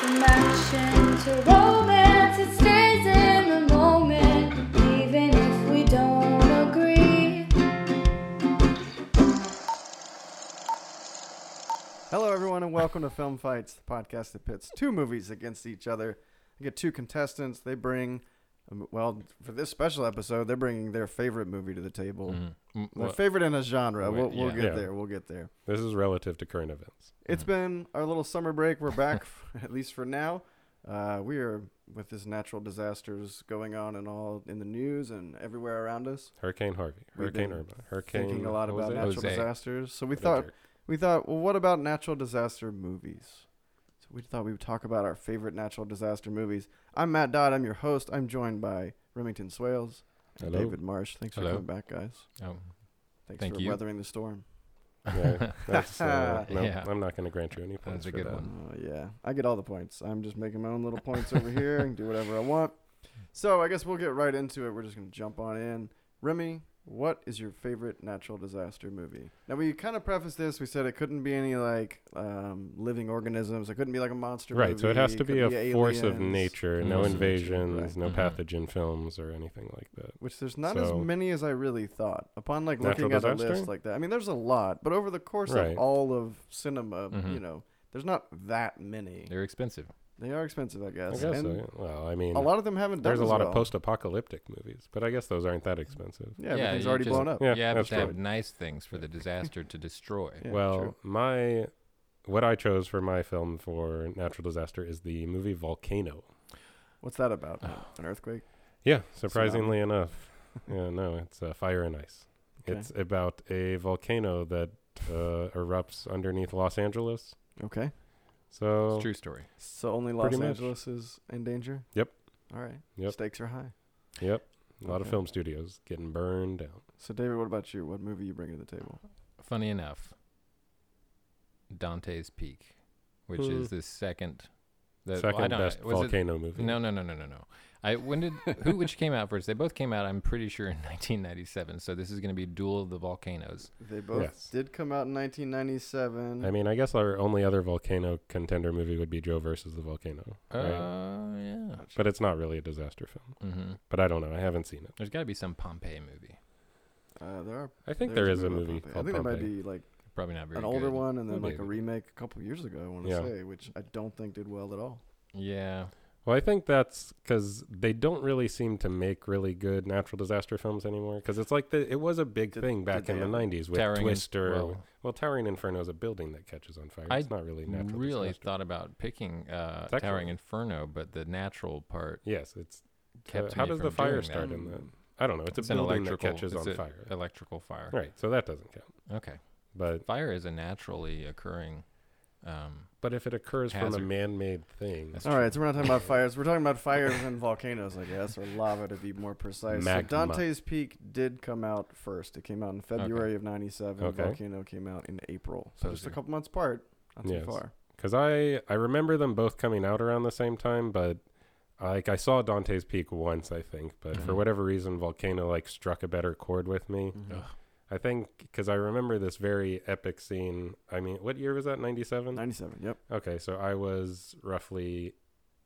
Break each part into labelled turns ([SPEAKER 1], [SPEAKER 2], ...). [SPEAKER 1] connection to romance. It stays in the moment, even if we don't agree.
[SPEAKER 2] Hello, everyone, and welcome to Film Fights, the podcast that pits two movies against each other. I get two contestants. They bring, um, well, for this special episode, they're bringing their favorite movie to the table.
[SPEAKER 3] Mm,
[SPEAKER 2] Their
[SPEAKER 3] well,
[SPEAKER 2] favorite in a genre. We'll, we'll
[SPEAKER 3] yeah.
[SPEAKER 2] get
[SPEAKER 3] Yeah. Mm-hmm.
[SPEAKER 2] there. We'll get there.
[SPEAKER 3] this is relative to current events.
[SPEAKER 2] It's been our little summer break. We're back, at least for now. Uh, we are with this natural disasters going on and all in the news and everywhere around us.
[SPEAKER 3] Hurricane Harvey,
[SPEAKER 2] We've
[SPEAKER 3] Hurricane
[SPEAKER 2] been
[SPEAKER 3] Irma, Hurricane.
[SPEAKER 2] thinking a lot
[SPEAKER 3] what was
[SPEAKER 2] about
[SPEAKER 3] it? Oh,
[SPEAKER 2] natural
[SPEAKER 4] Jose.
[SPEAKER 2] disasters. So we
[SPEAKER 3] What a
[SPEAKER 2] thought
[SPEAKER 3] jerk.
[SPEAKER 2] we thought, well, what about natural disaster movies? So we thought we would talk about our favorite natural disaster movies. I'm Matt Dodd. I'm your host. I'm joined by Remington Swales and
[SPEAKER 3] Hello.
[SPEAKER 2] David Marsh. Thanks for
[SPEAKER 4] Hello.
[SPEAKER 2] coming back, guys.
[SPEAKER 4] Oh,
[SPEAKER 2] Thanks
[SPEAKER 4] Thank
[SPEAKER 2] for
[SPEAKER 4] you.
[SPEAKER 2] weathering the storm.
[SPEAKER 3] Yeah, that's, uh, no,
[SPEAKER 4] Yeah.
[SPEAKER 3] I'm not going to grant you any points.
[SPEAKER 4] was a
[SPEAKER 3] for
[SPEAKER 4] good
[SPEAKER 3] that.
[SPEAKER 4] one.
[SPEAKER 2] Oh yeah, I get all the points. I'm just making my own little points over here and do whatever I want. So I guess we'll get right into it. We're just gonna jump on in. Remy, what is your favorite natural disaster movie? Now we kind of prefaced this. We said it couldn't be any like um, living organisms. It couldn't be like a monster.
[SPEAKER 3] Right, so it has to
[SPEAKER 2] movie.
[SPEAKER 3] be a
[SPEAKER 2] Couldn't
[SPEAKER 3] force of
[SPEAKER 2] aliens,
[SPEAKER 3] nature, no
[SPEAKER 4] Force of
[SPEAKER 2] nature, right.
[SPEAKER 3] invasions, no
[SPEAKER 4] Mhm.
[SPEAKER 3] pathogen films or anything like that.
[SPEAKER 2] Which there's not as
[SPEAKER 3] So-
[SPEAKER 2] many as I really thought. Upon like
[SPEAKER 3] Natural
[SPEAKER 2] looking at a
[SPEAKER 3] disaster?
[SPEAKER 2] list like that, I mean, there's a lot, but over the course
[SPEAKER 3] Right.
[SPEAKER 2] of all of cinema,
[SPEAKER 4] Mhm.
[SPEAKER 2] you know, there's not that many.
[SPEAKER 4] they're expensive.
[SPEAKER 2] They are expensive, I
[SPEAKER 3] I
[SPEAKER 2] guess.
[SPEAKER 3] guess
[SPEAKER 2] and
[SPEAKER 3] so. yeah. Well, I mean,
[SPEAKER 2] A lot of them haven't done
[SPEAKER 3] there's a
[SPEAKER 2] as
[SPEAKER 3] lot
[SPEAKER 2] well.
[SPEAKER 3] of post-apocalyptic movies, but I guess those aren't that expensive.
[SPEAKER 2] Yeah, everything's
[SPEAKER 4] you
[SPEAKER 2] already
[SPEAKER 4] just-
[SPEAKER 2] blown up.
[SPEAKER 3] Yeah,
[SPEAKER 4] Yeah, but
[SPEAKER 3] that's
[SPEAKER 4] they
[SPEAKER 3] true.
[SPEAKER 4] have nice things for the disaster to destroy.
[SPEAKER 2] Yeah,
[SPEAKER 3] well,
[SPEAKER 2] true.
[SPEAKER 3] my what I chose for my film for natural disaster is the movie Volcano.
[SPEAKER 2] What's that about?
[SPEAKER 3] uh,
[SPEAKER 4] Uh,
[SPEAKER 2] An earthquake?
[SPEAKER 3] Yeah, surprisingly enough. yeah, no, it's uh, fire and ice.
[SPEAKER 2] Okay.
[SPEAKER 3] It's about a volcano that uh, erupts underneath Los Angeles.
[SPEAKER 2] Okay.
[SPEAKER 3] So
[SPEAKER 4] It's a true story.
[SPEAKER 2] So only Los
[SPEAKER 3] Pretty much.
[SPEAKER 2] Angeles is in danger?
[SPEAKER 3] Yep.
[SPEAKER 2] All right.
[SPEAKER 3] Yep.
[SPEAKER 2] Stakes are high.
[SPEAKER 3] Yep, a lot
[SPEAKER 2] Okay.
[SPEAKER 3] of film studios getting burned down.
[SPEAKER 4] Uh,
[SPEAKER 2] So, David, what about you? What movie you bringing to the table?
[SPEAKER 4] Funny enough, Dante's Peak, which is
[SPEAKER 3] Hmm.
[SPEAKER 4] the second, the well, I
[SPEAKER 3] Second
[SPEAKER 4] don't-
[SPEAKER 3] best
[SPEAKER 4] was it-
[SPEAKER 3] volcano movie.
[SPEAKER 4] No, no, no, no, no, no. I when did who which came out first? They both came out. I'm pretty sure in 1997. So this is going to be Duel of the Volcanoes.
[SPEAKER 2] They both
[SPEAKER 3] Yes.
[SPEAKER 2] did come out in 1997.
[SPEAKER 3] I mean, I guess our only other volcano contender movie would be Joe versus the Volcano,
[SPEAKER 4] Oh
[SPEAKER 3] right?
[SPEAKER 4] yeah.
[SPEAKER 3] but it's not really a disaster film.
[SPEAKER 4] hmm
[SPEAKER 3] But I don't know. I haven't seen it.
[SPEAKER 4] There's got to be some Pompeii movie.
[SPEAKER 2] uh, there are.
[SPEAKER 3] I think
[SPEAKER 2] there
[SPEAKER 3] there is a movie
[SPEAKER 2] about Pompeii.
[SPEAKER 3] called
[SPEAKER 2] I think there
[SPEAKER 3] Pompeii.
[SPEAKER 2] might be like
[SPEAKER 4] Probably not very
[SPEAKER 2] an older
[SPEAKER 4] good.
[SPEAKER 2] one and then like a
[SPEAKER 3] Maybe.
[SPEAKER 2] remake a couple years ago, I want to
[SPEAKER 3] Yeah.
[SPEAKER 2] say, which I don't think did well at all.
[SPEAKER 4] Yeah.
[SPEAKER 3] Well, I think that's because they don't really seem to make really good natural disaster films anymore. Because it's like the, it was a big
[SPEAKER 2] Did-
[SPEAKER 3] thing back
[SPEAKER 2] did
[SPEAKER 3] in
[SPEAKER 2] they
[SPEAKER 3] the
[SPEAKER 2] have-
[SPEAKER 3] '90s with
[SPEAKER 4] Towering Inf-
[SPEAKER 3] Twister.
[SPEAKER 4] well-
[SPEAKER 3] well, Towering Inferno is a building that catches on fire.
[SPEAKER 4] I
[SPEAKER 3] it's not really natural.
[SPEAKER 4] really
[SPEAKER 3] disaster.
[SPEAKER 4] thought about picking uh,
[SPEAKER 3] It's actually-
[SPEAKER 4] Towering Inferno, but the natural part
[SPEAKER 3] Yes, it's.
[SPEAKER 4] kept.
[SPEAKER 3] uh, how
[SPEAKER 4] me
[SPEAKER 3] does
[SPEAKER 4] from
[SPEAKER 3] the fire
[SPEAKER 4] doing
[SPEAKER 3] start
[SPEAKER 4] That.
[SPEAKER 3] in that? I don't know. It's, a
[SPEAKER 4] an
[SPEAKER 3] building that
[SPEAKER 4] electrical-
[SPEAKER 3] catches
[SPEAKER 4] it's
[SPEAKER 3] on
[SPEAKER 4] a
[SPEAKER 3] fire.
[SPEAKER 4] Electrical fire.
[SPEAKER 3] Right, so that doesn't count.
[SPEAKER 4] Okay.
[SPEAKER 3] But
[SPEAKER 4] Fire is a naturally occurring. Um,
[SPEAKER 3] but if it occurs from
[SPEAKER 4] Hazard.
[SPEAKER 3] a man-made thing,
[SPEAKER 4] That's
[SPEAKER 2] All right, so we're not talking about fires. We're talking about fires and volcanoes, I guess, or lava to be more precise.
[SPEAKER 3] Magma.
[SPEAKER 2] So Dante's Peak did come out first. It came out in February of '97.
[SPEAKER 3] Okay.
[SPEAKER 2] Volcano came out in April, so just a
[SPEAKER 4] Poser.
[SPEAKER 2] couple months apart. Not too
[SPEAKER 3] Yes.
[SPEAKER 2] far.
[SPEAKER 3] because I I remember them both coming out around the same time, but like I saw Dante's Peak once, I think, but for
[SPEAKER 4] Mhm.
[SPEAKER 3] whatever reason, Volcano like struck a better chord with me.
[SPEAKER 2] Mm-hmm.
[SPEAKER 3] I think because I remember this very epic scene. I mean, what year was that? Ninety-seven.
[SPEAKER 2] Ninety-seven. Yep.
[SPEAKER 3] Okay, so I was roughly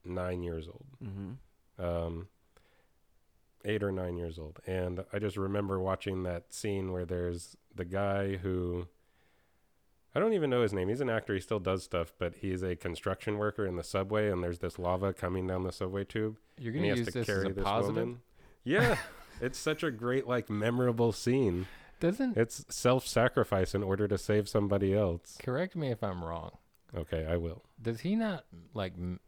[SPEAKER 3] nine years old,
[SPEAKER 2] Mm-hmm.
[SPEAKER 3] um, eight or nine years old, and I just remember watching that scene where there's the guy who. I don't even know his name. He's an actor. He still does stuff, but he's a construction worker in the subway, and there's this lava coming down the subway tube.
[SPEAKER 4] you're
[SPEAKER 3] and
[SPEAKER 4] going
[SPEAKER 3] he
[SPEAKER 4] to
[SPEAKER 3] has
[SPEAKER 4] use
[SPEAKER 3] to
[SPEAKER 4] this as
[SPEAKER 3] carry
[SPEAKER 4] a
[SPEAKER 3] this
[SPEAKER 4] positive.
[SPEAKER 3] woman. Yeah, it's such a great, like, memorable scene.
[SPEAKER 4] Doesn't
[SPEAKER 3] It's self sacrifice in order to save somebody else.
[SPEAKER 4] correct me if I'm wrong.
[SPEAKER 3] Okay, I will.
[SPEAKER 4] Does he not like m-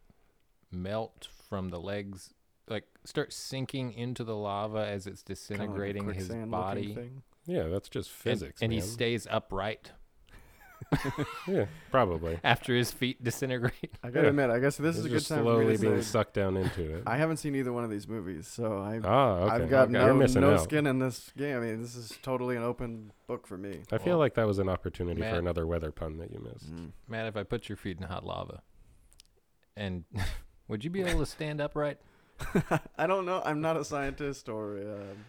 [SPEAKER 4] melt from the legs? Like start sinking into the lava as it's disintegrating his body.
[SPEAKER 2] Thing.
[SPEAKER 3] Yeah, that's just
[SPEAKER 4] And-
[SPEAKER 3] physics.
[SPEAKER 4] and, he
[SPEAKER 3] man.
[SPEAKER 4] stays upright
[SPEAKER 3] yeah, probably.
[SPEAKER 4] after his feet disintegrate.
[SPEAKER 2] I gotta
[SPEAKER 3] Yeah.
[SPEAKER 2] admit, I guess this
[SPEAKER 3] He's
[SPEAKER 2] is a good
[SPEAKER 3] just
[SPEAKER 2] time for me
[SPEAKER 3] slowly
[SPEAKER 2] to
[SPEAKER 3] being
[SPEAKER 2] say,
[SPEAKER 3] sucked down into it.
[SPEAKER 2] I haven't seen either one of these movies, so I,
[SPEAKER 3] ah, okay.
[SPEAKER 2] I've got
[SPEAKER 3] Okay.
[SPEAKER 2] no,
[SPEAKER 3] You're missing
[SPEAKER 2] no
[SPEAKER 3] out.
[SPEAKER 2] skin in this game. I mean, this is totally an open book for me.
[SPEAKER 3] I feel
[SPEAKER 4] Well,
[SPEAKER 3] like that was an opportunity for
[SPEAKER 4] Matt-
[SPEAKER 3] another weather pun that you missed.
[SPEAKER 2] Mm.
[SPEAKER 4] Matt, if I put your feet in hot lava, and would you be able to stand upright?
[SPEAKER 2] I don't know. I'm not a scientist or. Um,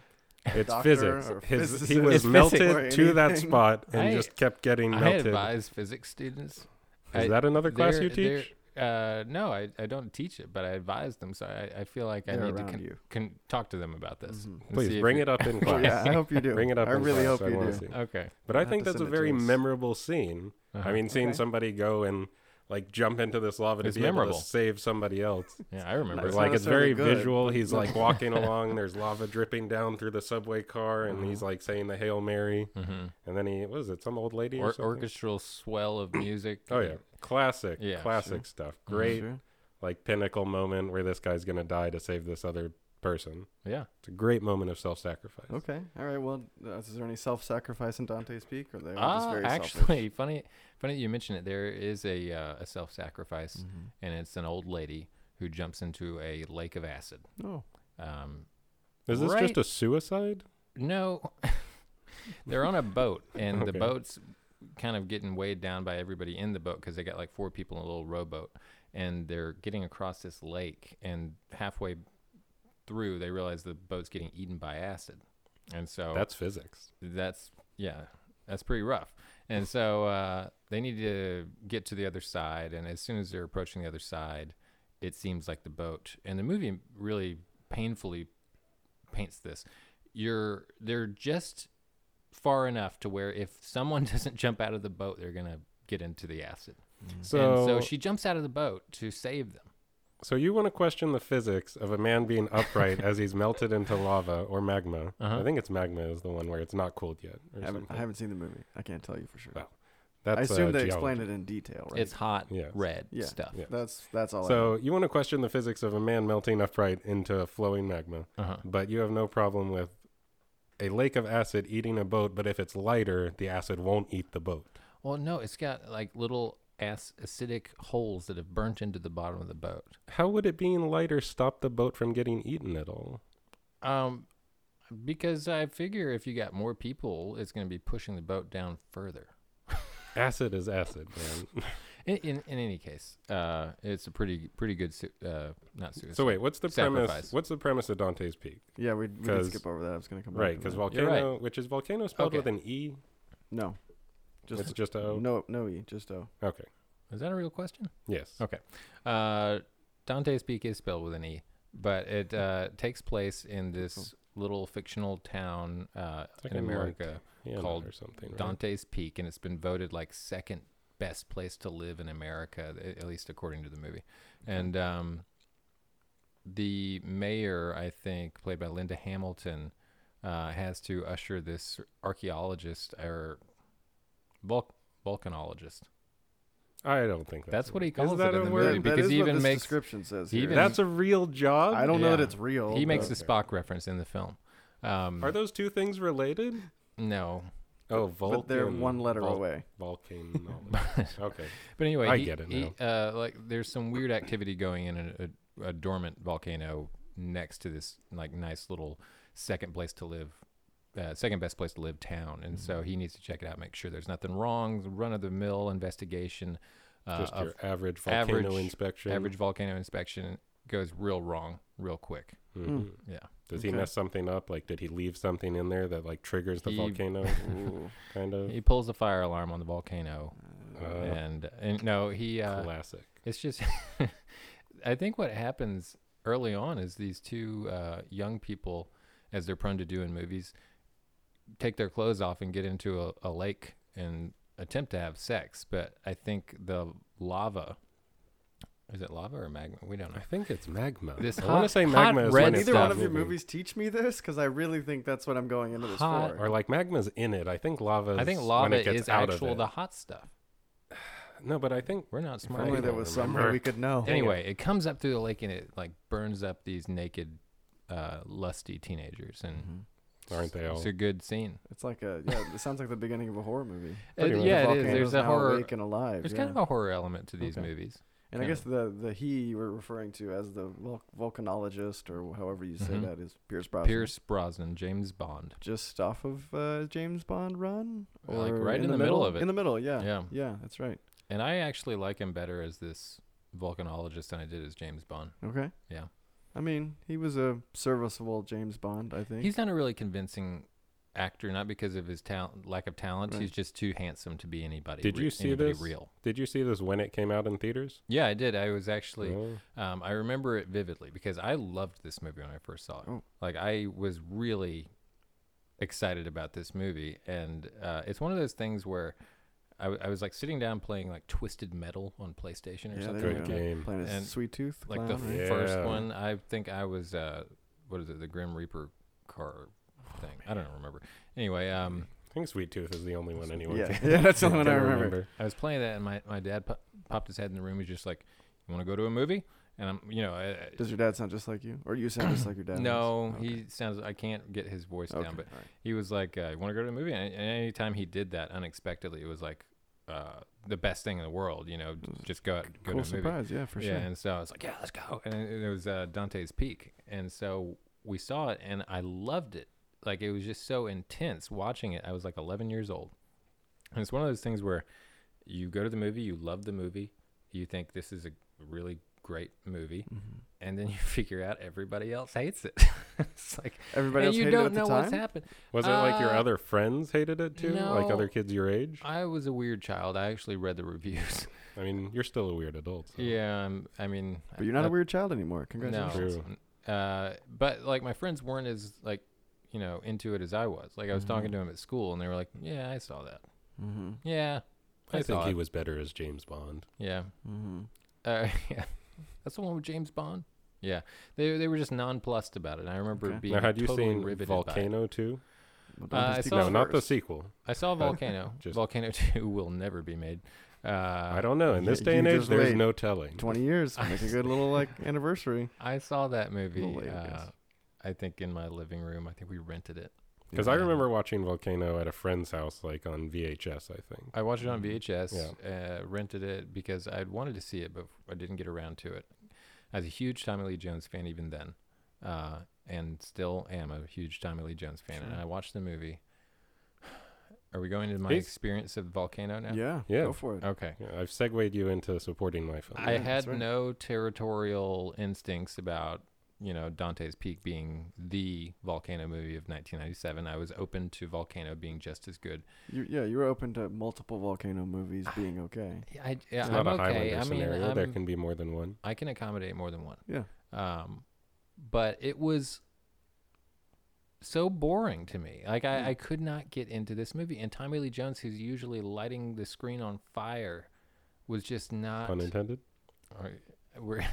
[SPEAKER 3] It's
[SPEAKER 2] doctor
[SPEAKER 3] physics.
[SPEAKER 2] or
[SPEAKER 3] His, he
[SPEAKER 2] physicist
[SPEAKER 3] was
[SPEAKER 4] It's
[SPEAKER 3] melted
[SPEAKER 2] physics.
[SPEAKER 3] to
[SPEAKER 2] Or
[SPEAKER 3] that spot and
[SPEAKER 4] I-
[SPEAKER 3] just kept getting
[SPEAKER 4] I
[SPEAKER 3] melted.
[SPEAKER 4] advise physics students.
[SPEAKER 3] Is that another class you teach?
[SPEAKER 4] Uh, no, I, I don't teach it, but I advise them. So I, I feel like
[SPEAKER 2] They're
[SPEAKER 4] I need to
[SPEAKER 2] around
[SPEAKER 4] con-
[SPEAKER 2] you.
[SPEAKER 4] con- talk to them about this.
[SPEAKER 2] Mhm.
[SPEAKER 4] and see
[SPEAKER 3] Please
[SPEAKER 4] if
[SPEAKER 3] bring
[SPEAKER 4] you-
[SPEAKER 3] it up in
[SPEAKER 2] Oh,
[SPEAKER 3] class.
[SPEAKER 2] yeah, I hope you do.
[SPEAKER 3] Bring it up.
[SPEAKER 2] I
[SPEAKER 3] in
[SPEAKER 2] really
[SPEAKER 3] class.
[SPEAKER 2] hope
[SPEAKER 3] I
[SPEAKER 2] you
[SPEAKER 3] wanna
[SPEAKER 2] do.
[SPEAKER 3] see.
[SPEAKER 4] Okay.
[SPEAKER 3] But I
[SPEAKER 2] You'll have to
[SPEAKER 3] think that's a
[SPEAKER 2] send it to
[SPEAKER 3] very
[SPEAKER 2] us.
[SPEAKER 3] memorable scene.
[SPEAKER 4] Uh-huh.
[SPEAKER 3] I mean, seeing
[SPEAKER 2] Okay.
[SPEAKER 3] somebody go and like jump into this lava to
[SPEAKER 4] It's
[SPEAKER 3] be
[SPEAKER 4] memorable.
[SPEAKER 3] able to save somebody else.
[SPEAKER 4] yeah, I remember.
[SPEAKER 2] It's
[SPEAKER 4] that.
[SPEAKER 2] not
[SPEAKER 3] like it's
[SPEAKER 2] necessarily
[SPEAKER 3] very
[SPEAKER 2] good,
[SPEAKER 3] visual.
[SPEAKER 2] but-
[SPEAKER 3] He's like walking along. There's lava dripping down through the subway car, and he's
[SPEAKER 4] Uh-huh.
[SPEAKER 3] like saying the Hail Mary.
[SPEAKER 4] Mhm.
[SPEAKER 3] And then he was it some old lady or,
[SPEAKER 4] or-
[SPEAKER 3] something?
[SPEAKER 4] orchestral swell of music.
[SPEAKER 3] Oh yeah, classic,
[SPEAKER 4] Yeah, Uh-huh.
[SPEAKER 3] classic stuff. Great,
[SPEAKER 2] Oh, Sure.
[SPEAKER 3] like pinnacle moment where this guy's gonna die to save this other person.
[SPEAKER 4] yeah.
[SPEAKER 3] It's a great moment of self-sacrifice.
[SPEAKER 2] Okay. All right. Well, uh, is there any self-sacrifice in Dante's Peak, or are they all just
[SPEAKER 4] Ah,
[SPEAKER 2] very selfish?
[SPEAKER 4] actually, funny, funny you mention it. There is a uh, a self sacrifice,
[SPEAKER 2] Mm-hmm,
[SPEAKER 4] and it's an old lady who jumps into a lake of acid.
[SPEAKER 3] Oh.
[SPEAKER 2] No.
[SPEAKER 4] Um,
[SPEAKER 3] Is this
[SPEAKER 4] Right.
[SPEAKER 3] just a suicide?
[SPEAKER 4] no, they're on a boat, and the
[SPEAKER 3] Okay.
[SPEAKER 4] boat's kind of getting weighed down by everybody in the boat because they got like four people in a little rowboat, and they're getting across this lake, and halfway through, they realize the boat's getting eaten by acid, and so
[SPEAKER 3] That's physics.
[SPEAKER 4] that's yeah that's pretty rough and so uh, they need to get to the other side and as soon as they're approaching the other side it seems like the boat and the movie really painfully paints this you're they're just far enough to where if someone doesn't jump out of the boat they're gonna get into the acid
[SPEAKER 3] So,
[SPEAKER 2] mm-hmm.
[SPEAKER 4] and so she jumps out of the boat to save them
[SPEAKER 3] so you want to question the physics of a man being upright as he's melted into lava or magma?
[SPEAKER 4] Uh-huh.
[SPEAKER 3] I think it's magma is the one where it's not cooled yet. Or
[SPEAKER 2] I haven't, I
[SPEAKER 3] something.
[SPEAKER 2] haven't seen the movie. I can't tell you for sure.
[SPEAKER 3] Well, That's
[SPEAKER 2] I assume
[SPEAKER 3] uh,
[SPEAKER 2] they
[SPEAKER 3] geology.
[SPEAKER 2] explained it in detail, right?
[SPEAKER 4] it's hot
[SPEAKER 3] Yes.
[SPEAKER 4] red
[SPEAKER 2] Yeah.
[SPEAKER 4] stuff
[SPEAKER 3] Yeah.
[SPEAKER 2] that's that's all. I know.
[SPEAKER 3] So you want to question the physics of a man melting upright into a flowing magma,
[SPEAKER 4] uh-huh.
[SPEAKER 3] but you have no problem with a lake of acid eating a boat. But if it's lighter, the acid won't eat the boat.
[SPEAKER 4] well no it's got like little ass acidic holes that have burnt into the bottom of the boat
[SPEAKER 3] How would it being lighter stop the boat from getting eaten at all?
[SPEAKER 4] Um, because I figure if you got more people, it's going to be pushing the boat down further.
[SPEAKER 3] Acid is acid, man.
[SPEAKER 4] In in, in any case, uh, it's a pretty pretty good su- uh not suicide.
[SPEAKER 3] so wait, what's the
[SPEAKER 4] Sacrifice.
[SPEAKER 3] premise? What's the premise of Dante's Peak?
[SPEAKER 2] yeah, we, we did
[SPEAKER 3] 'cause-
[SPEAKER 2] skip over that. I was going to come back.
[SPEAKER 3] Right,
[SPEAKER 2] to
[SPEAKER 3] because
[SPEAKER 2] that.
[SPEAKER 4] You're right.
[SPEAKER 3] volcano, which is volcano spelled
[SPEAKER 4] Okay.
[SPEAKER 3] with an e,
[SPEAKER 2] no, just
[SPEAKER 3] it's just o.
[SPEAKER 2] no no e just o.
[SPEAKER 3] Okay,
[SPEAKER 4] Is that a real question?
[SPEAKER 3] yes.
[SPEAKER 4] Okay. Uh, Dante's Peak is spelled with an e, but it uh, takes place in this little fictional town uh,
[SPEAKER 3] It's like
[SPEAKER 4] in
[SPEAKER 3] in Mont-
[SPEAKER 4] America
[SPEAKER 3] Yeah,
[SPEAKER 4] Called
[SPEAKER 3] or something. Right?
[SPEAKER 4] Dante's Peak, and it's been voted like second best place to live in America, a- at least according to the movie. And um, the mayor, I think, played by Linda Hamilton, uh, has to usher this archaeologist or vul- volcanologist.
[SPEAKER 3] I don't think that's,
[SPEAKER 4] That's
[SPEAKER 3] a
[SPEAKER 4] what he
[SPEAKER 3] word.
[SPEAKER 4] calls
[SPEAKER 3] is
[SPEAKER 4] it
[SPEAKER 3] that
[SPEAKER 4] in
[SPEAKER 3] a
[SPEAKER 4] the
[SPEAKER 3] word?
[SPEAKER 4] movie. because
[SPEAKER 2] that is
[SPEAKER 4] he
[SPEAKER 2] what
[SPEAKER 4] even
[SPEAKER 2] this
[SPEAKER 4] makes-
[SPEAKER 2] description says.
[SPEAKER 4] he
[SPEAKER 2] here.
[SPEAKER 4] even-
[SPEAKER 3] That's a real job.
[SPEAKER 2] I don't know that
[SPEAKER 4] Yeah.
[SPEAKER 2] it's real.
[SPEAKER 4] He makes
[SPEAKER 2] but-
[SPEAKER 4] a Spock reference in the film. Um,
[SPEAKER 3] Are those two things related?
[SPEAKER 4] no,
[SPEAKER 3] Oh,
[SPEAKER 2] but they're one letter
[SPEAKER 3] Vulcan.
[SPEAKER 2] away.
[SPEAKER 3] Volcano. okay.
[SPEAKER 4] But anyway,
[SPEAKER 3] I
[SPEAKER 4] he-
[SPEAKER 3] get it
[SPEAKER 4] he, uh, like, there's some weird activity going in a, a, a dormant volcano next to this like nice little second place to live, uh, second best place to live town, and so
[SPEAKER 3] Mm-hmm.
[SPEAKER 4] he needs to check it out, make sure there's nothing wrong, run of the mill investigation, uh,
[SPEAKER 3] Just
[SPEAKER 4] of
[SPEAKER 3] your average volcano
[SPEAKER 4] average-
[SPEAKER 3] inspection.
[SPEAKER 4] average volcano inspection goes real wrong real quick.
[SPEAKER 3] Mhm.
[SPEAKER 4] Yeah,
[SPEAKER 3] Does he
[SPEAKER 2] Okay.
[SPEAKER 3] mess something up? Like, did he leave something in there that like triggers the
[SPEAKER 4] He-
[SPEAKER 3] volcano?
[SPEAKER 2] Ooh.
[SPEAKER 3] kind of.
[SPEAKER 4] he pulls the fire alarm on the volcano,
[SPEAKER 3] Uh,
[SPEAKER 4] and and no, he uh,
[SPEAKER 3] classic.
[SPEAKER 4] It's just, I think what happens early on is these two uh, young people, as they're prone to do in movies, take their clothes off and get into a, a lake and attempt to have sex. But I think the lava, is it lava or magma? We don't know.
[SPEAKER 3] I think it's magma.
[SPEAKER 4] This
[SPEAKER 3] I want to
[SPEAKER 4] hot-
[SPEAKER 3] say
[SPEAKER 4] hot
[SPEAKER 3] magma is
[SPEAKER 4] red
[SPEAKER 3] when it
[SPEAKER 2] Neither one
[SPEAKER 3] stopped
[SPEAKER 2] of your
[SPEAKER 3] moving.
[SPEAKER 2] movies teach me this because I really think that's what I'm going into this
[SPEAKER 4] Hot
[SPEAKER 2] for.
[SPEAKER 3] Or like magma's in it. I think lava. Is
[SPEAKER 4] I think
[SPEAKER 3] when it
[SPEAKER 4] lava
[SPEAKER 3] gets
[SPEAKER 4] is
[SPEAKER 3] out of
[SPEAKER 4] actual
[SPEAKER 3] it.
[SPEAKER 4] the hot stuff.
[SPEAKER 3] No, but I think
[SPEAKER 4] We're not
[SPEAKER 2] If
[SPEAKER 4] smart.
[SPEAKER 2] only
[SPEAKER 3] I
[SPEAKER 2] there
[SPEAKER 3] don't
[SPEAKER 2] was somewhere
[SPEAKER 3] remember.
[SPEAKER 2] we could know.
[SPEAKER 4] Anyway, it comes up through the lake and it like burns up these naked, uh, lusty teenagers, and
[SPEAKER 2] Mhm.
[SPEAKER 3] aren't they all?
[SPEAKER 4] it's a good scene.
[SPEAKER 2] It's like a yeah. It sounds like the beginning of a horror movie.
[SPEAKER 3] Pretty
[SPEAKER 4] It-
[SPEAKER 3] much.
[SPEAKER 4] yeah, it is.
[SPEAKER 2] Volcanoes
[SPEAKER 4] There's a
[SPEAKER 2] now
[SPEAKER 4] horror.
[SPEAKER 2] awake and alive.
[SPEAKER 4] There's
[SPEAKER 2] yeah.
[SPEAKER 4] kind of a horror element to these
[SPEAKER 2] Okay.
[SPEAKER 4] movies.
[SPEAKER 2] and I
[SPEAKER 4] kind
[SPEAKER 2] guess the the he you were referring to as the vul- volcanologist or however you say
[SPEAKER 4] Mhm.
[SPEAKER 2] that is Pierce Brosnan.
[SPEAKER 4] Pierce Brosnan, James Bond.
[SPEAKER 2] Just off of uh, James Bond run,
[SPEAKER 4] Uh, like, right in the middle of it.
[SPEAKER 2] In the middle, yeah,
[SPEAKER 4] Yeah.
[SPEAKER 2] yeah, that's right.
[SPEAKER 4] And I actually like him better as this volcanologist than I did as James Bond.
[SPEAKER 2] Okay.
[SPEAKER 4] Yeah.
[SPEAKER 2] I mean, he was a serviceable James Bond, I think.
[SPEAKER 4] He's not a really convincing actor, not because of his talent, lack of talent.
[SPEAKER 2] Right.
[SPEAKER 4] He's just too handsome to be anybody.
[SPEAKER 3] Did
[SPEAKER 4] re-
[SPEAKER 3] you see
[SPEAKER 4] anybody
[SPEAKER 3] this?
[SPEAKER 4] Real.
[SPEAKER 3] Did you see this when it came out in theaters? Oh,
[SPEAKER 4] Yeah, I did. I was actually.
[SPEAKER 3] No?
[SPEAKER 4] Um, I remember it vividly because I loved this movie when I first saw it.
[SPEAKER 2] Oh.
[SPEAKER 4] Like I was really excited about this movie, and uh, it's one of those things where I, w- I was like sitting down playing like Twisted Metal on PlayStation or
[SPEAKER 2] Yeah,
[SPEAKER 4] something.
[SPEAKER 2] there you
[SPEAKER 4] like
[SPEAKER 3] Good
[SPEAKER 2] go.
[SPEAKER 4] that.
[SPEAKER 3] game.
[SPEAKER 2] Playing a
[SPEAKER 4] And,
[SPEAKER 2] sweet tooth.
[SPEAKER 4] Like
[SPEAKER 2] clown,
[SPEAKER 4] the
[SPEAKER 2] right?
[SPEAKER 3] f-
[SPEAKER 4] first
[SPEAKER 3] Yeah.
[SPEAKER 4] one, I think I was uh, what is it, the Grim Reaper car thing? I don't remember. Anyway, um,
[SPEAKER 3] I think Sweet Tooth is the only one anyone
[SPEAKER 2] yeah,
[SPEAKER 3] can,
[SPEAKER 2] yeah, that's the only one I
[SPEAKER 3] can
[SPEAKER 2] remember.
[SPEAKER 4] I was playing that, and my my dad pop- popped his head in the room. He's just like, "You want to go to a movie?" And I'm, you know, I, I-
[SPEAKER 2] Does your dad sound just like you, or you sound just like your dad?
[SPEAKER 4] no,
[SPEAKER 2] Okay.
[SPEAKER 4] he sounds. I can't get his voice
[SPEAKER 2] Okay.
[SPEAKER 4] down, but
[SPEAKER 2] all right.
[SPEAKER 4] he was like, uh, "You want to go to a movie?" And, and any time he did that unexpectedly, it was like uh, the best thing in the world. You know, j- just go out,
[SPEAKER 2] cool
[SPEAKER 4] go to a movie.
[SPEAKER 2] surprise. Yeah, for
[SPEAKER 4] yeah,
[SPEAKER 2] sure.
[SPEAKER 4] and so I was like, "Yeah, let's go." And it, it was uh, Dante's Peak, and so we saw it, and I loved it. Like it was just so intense watching it. I was like 11 years old, and it's one of those things where you go to the movie, you love the movie, you think this is a really great movie,
[SPEAKER 2] Mhm.
[SPEAKER 4] and then you figure out everybody else hates it. it's like
[SPEAKER 2] Everybody
[SPEAKER 4] and
[SPEAKER 2] else
[SPEAKER 4] you
[SPEAKER 2] hated it
[SPEAKER 4] don't
[SPEAKER 2] at the
[SPEAKER 4] know what's
[SPEAKER 2] time.
[SPEAKER 4] happened.
[SPEAKER 3] Was it like your
[SPEAKER 4] Uh,
[SPEAKER 3] other friends hated it too? Like
[SPEAKER 4] no.
[SPEAKER 3] other kids your age?
[SPEAKER 4] I was a weird child. I actually read the reviews.
[SPEAKER 3] I mean, you're still a weird adult. so-
[SPEAKER 4] yeah, um, I mean,
[SPEAKER 2] But you're not
[SPEAKER 4] uh,
[SPEAKER 2] a weird child anymore.
[SPEAKER 4] No,
[SPEAKER 2] Congratulations.
[SPEAKER 4] Uh, but like my friends weren't as like, you know, into it as I was. Like I was talking
[SPEAKER 2] Mhm.
[SPEAKER 4] to them at school, and they were like, "Yeah, I saw that.
[SPEAKER 2] Mm-hmm.
[SPEAKER 4] Yeah, I,
[SPEAKER 3] I think
[SPEAKER 4] saw
[SPEAKER 3] he
[SPEAKER 4] it.
[SPEAKER 3] was better as James Bond.
[SPEAKER 4] Yeah,
[SPEAKER 2] Mm-hmm.
[SPEAKER 4] uh, yeah, that's the one with James Bond. Yeah, they they were just nonplussed about it. And I remember
[SPEAKER 2] Okay. Now,
[SPEAKER 4] being
[SPEAKER 3] now, had you
[SPEAKER 4] totally
[SPEAKER 3] seen
[SPEAKER 4] riveted By it.
[SPEAKER 3] Volcano too?
[SPEAKER 4] Uh, I
[SPEAKER 3] No,
[SPEAKER 4] saw-
[SPEAKER 3] not the sequel.
[SPEAKER 4] I saw
[SPEAKER 3] Huh?
[SPEAKER 4] Volcano.
[SPEAKER 3] Just-
[SPEAKER 4] Volcano Two will never be made. Uh,
[SPEAKER 3] I don't know. In
[SPEAKER 2] yeah,
[SPEAKER 3] this day
[SPEAKER 2] you
[SPEAKER 3] and age,
[SPEAKER 2] just
[SPEAKER 3] there's
[SPEAKER 2] wait.
[SPEAKER 3] no telling.
[SPEAKER 2] 20 years. Make a good little like anniversary.
[SPEAKER 4] I saw that movie.
[SPEAKER 2] later, I guess.
[SPEAKER 4] uh, I think in my living room. I think we rented it.
[SPEAKER 3] Because
[SPEAKER 4] Yeah.
[SPEAKER 3] I remember watching Volcano at a friend's house, like on VHS, I think.
[SPEAKER 4] I watched it
[SPEAKER 3] Mm-hmm.
[SPEAKER 4] on VHS. Uh, rented it because I'd wanted to see it, but I didn't get around to it. I was a huge Tommy Lee Jones fan even then, uh, and still am a huge Tommy Lee Jones fan. And
[SPEAKER 2] Sure.
[SPEAKER 4] I watched the movie. Are we going into my
[SPEAKER 3] He's-
[SPEAKER 4] experience of Volcano now?
[SPEAKER 2] Yeah. Yeah.
[SPEAKER 3] Yeah.
[SPEAKER 2] Go for it.
[SPEAKER 4] Okay.
[SPEAKER 3] Yeah, I've segued you into supporting my film.
[SPEAKER 4] I
[SPEAKER 2] Yeah, that's
[SPEAKER 4] had
[SPEAKER 2] right.
[SPEAKER 4] no territorial instincts about, you know, Dante's Peak being the volcano movie of 1997. I was open to Volcano being just as good.
[SPEAKER 2] You, yeah, you were open to multiple volcano movies being okay.
[SPEAKER 4] I, yeah,
[SPEAKER 3] it's
[SPEAKER 4] I'm
[SPEAKER 3] not a
[SPEAKER 4] okay.
[SPEAKER 3] Highlander
[SPEAKER 4] I mean,
[SPEAKER 3] scenario. there
[SPEAKER 4] I'm,
[SPEAKER 3] can be more than one.
[SPEAKER 4] I can accommodate more than one.
[SPEAKER 2] Yeah.
[SPEAKER 4] Um, but it was so boring to me. Like I,
[SPEAKER 2] Mm.
[SPEAKER 4] I could not get into this movie. And Tommy Lee Jones, who's usually lighting the screen on fire, was just not.
[SPEAKER 3] Pun intended.
[SPEAKER 4] Alright, we're-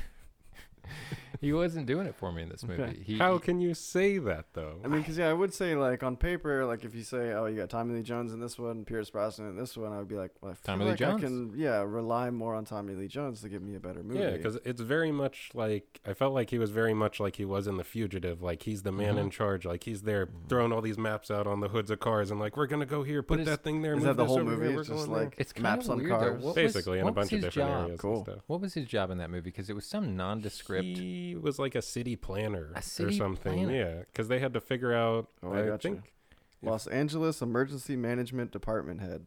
[SPEAKER 4] he wasn't doing it for me in this
[SPEAKER 2] Okay.
[SPEAKER 4] movie. He,
[SPEAKER 3] How can you say that though?
[SPEAKER 2] I mean, because yeah, I would say like on paper, like if you say, oh, you got Tommy Lee Jones in this one, Pierce Brosnan in this one, I would be like, well, I feel
[SPEAKER 4] Tommy Lee
[SPEAKER 2] like
[SPEAKER 4] Jones.
[SPEAKER 2] I can, yeah, rely more on Tommy Lee Jones to give me a better movie.
[SPEAKER 3] Yeah, because it's very much like I felt like he was very much like he was in The Fugitive. Like he's the man in
[SPEAKER 4] Mhm.
[SPEAKER 3] charge. Like he's there
[SPEAKER 4] Mm-hmm.
[SPEAKER 3] throwing all these maps out on the hoods of cars and like we're gonna go here, put
[SPEAKER 4] it's-
[SPEAKER 3] that thing there.
[SPEAKER 2] is
[SPEAKER 3] move
[SPEAKER 2] that the
[SPEAKER 3] this
[SPEAKER 2] whole
[SPEAKER 3] over
[SPEAKER 2] movie?
[SPEAKER 3] Here,
[SPEAKER 2] It's
[SPEAKER 3] we're
[SPEAKER 2] just
[SPEAKER 3] going there."
[SPEAKER 2] like
[SPEAKER 4] It's kinda
[SPEAKER 2] maps on
[SPEAKER 4] weird, though.
[SPEAKER 2] cars.
[SPEAKER 4] What- was-
[SPEAKER 3] basically in a
[SPEAKER 4] what was
[SPEAKER 3] bunch of
[SPEAKER 4] his
[SPEAKER 3] different
[SPEAKER 4] job?
[SPEAKER 3] areas
[SPEAKER 2] Cool.
[SPEAKER 3] and stuff.
[SPEAKER 4] what was his job in that movie? Because it was some nondescript.
[SPEAKER 3] He was like a city planner
[SPEAKER 4] A city
[SPEAKER 3] or something.
[SPEAKER 4] planner.
[SPEAKER 3] Yeah, because they had to figure out.
[SPEAKER 2] Oh, I
[SPEAKER 3] I,
[SPEAKER 2] gotcha.
[SPEAKER 3] think if-
[SPEAKER 2] Los Angeles Emergency Management Department head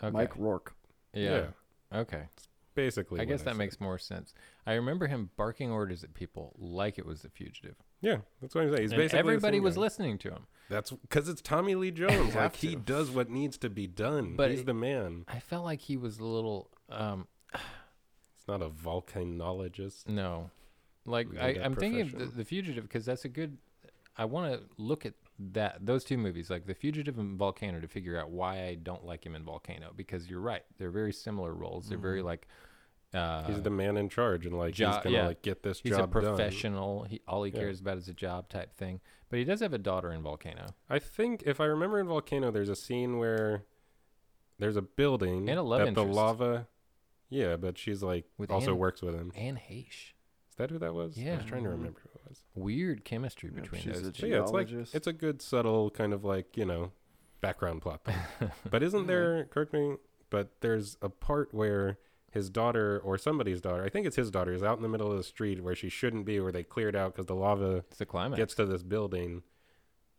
[SPEAKER 4] okay.
[SPEAKER 2] Mike Rourke.
[SPEAKER 4] yeah. Okay.
[SPEAKER 3] basically.
[SPEAKER 4] I guess
[SPEAKER 3] what
[SPEAKER 4] that
[SPEAKER 3] said.
[SPEAKER 4] makes more sense. I remember him barking orders at people like it was the fugitive.
[SPEAKER 3] Yeah, that's what I'm saying. He's
[SPEAKER 4] And
[SPEAKER 3] basically the
[SPEAKER 4] everybody
[SPEAKER 3] same
[SPEAKER 4] was
[SPEAKER 3] guy.
[SPEAKER 4] listening to him.
[SPEAKER 3] That's because it's Tommy Lee Jones.
[SPEAKER 2] have
[SPEAKER 3] like he
[SPEAKER 2] to.
[SPEAKER 3] does what needs to be done.
[SPEAKER 4] But
[SPEAKER 3] he's
[SPEAKER 4] it-
[SPEAKER 3] the man.
[SPEAKER 4] I felt like he was a little um
[SPEAKER 3] It's not a volcanologist.
[SPEAKER 4] no. Like
[SPEAKER 3] Made
[SPEAKER 4] I,
[SPEAKER 3] up
[SPEAKER 4] I'm thinking of the,
[SPEAKER 3] profession.
[SPEAKER 4] the fugitive because that's a good I want to look at that those two movies like The Fugitive and Volcano to figure out why I don't like him in Volcano because you're right. They're very similar roles. They're very like uh
[SPEAKER 3] Mm-hmm. He's the man in charge, and like he's
[SPEAKER 4] jo-
[SPEAKER 3] gonna
[SPEAKER 4] yeah.
[SPEAKER 3] like get this
[SPEAKER 4] he's a
[SPEAKER 3] job done.
[SPEAKER 4] professional. He all he
[SPEAKER 3] Yeah.
[SPEAKER 4] cares about is a job type thing. But he does have a daughter in Volcano
[SPEAKER 3] I think if I remember in Volcano, there's a scene where there's a building
[SPEAKER 4] And a love
[SPEAKER 3] that the
[SPEAKER 4] interest.
[SPEAKER 3] lava. Yeah, but she's like
[SPEAKER 4] With
[SPEAKER 3] also
[SPEAKER 4] Anne-
[SPEAKER 3] works with him.
[SPEAKER 4] and Haish.
[SPEAKER 3] Is that who that was? I
[SPEAKER 4] Yeah.
[SPEAKER 3] was trying to
[SPEAKER 2] Mhm.
[SPEAKER 3] remember who it was.
[SPEAKER 4] Weird chemistry
[SPEAKER 2] Yep,
[SPEAKER 4] between
[SPEAKER 2] she's
[SPEAKER 4] those
[SPEAKER 2] a
[SPEAKER 3] But yeah, it's like
[SPEAKER 2] Geologist.
[SPEAKER 3] it's a good subtle kind of like you know background plot. Thing. but
[SPEAKER 4] Hmm.
[SPEAKER 3] isn't there? Correct me. But there's a part where his daughter or somebody's daughter, I think it's his daughter, is out in the middle of the street where she shouldn't be, where they cleared out because the lava
[SPEAKER 4] It's the climax.
[SPEAKER 3] gets to this building,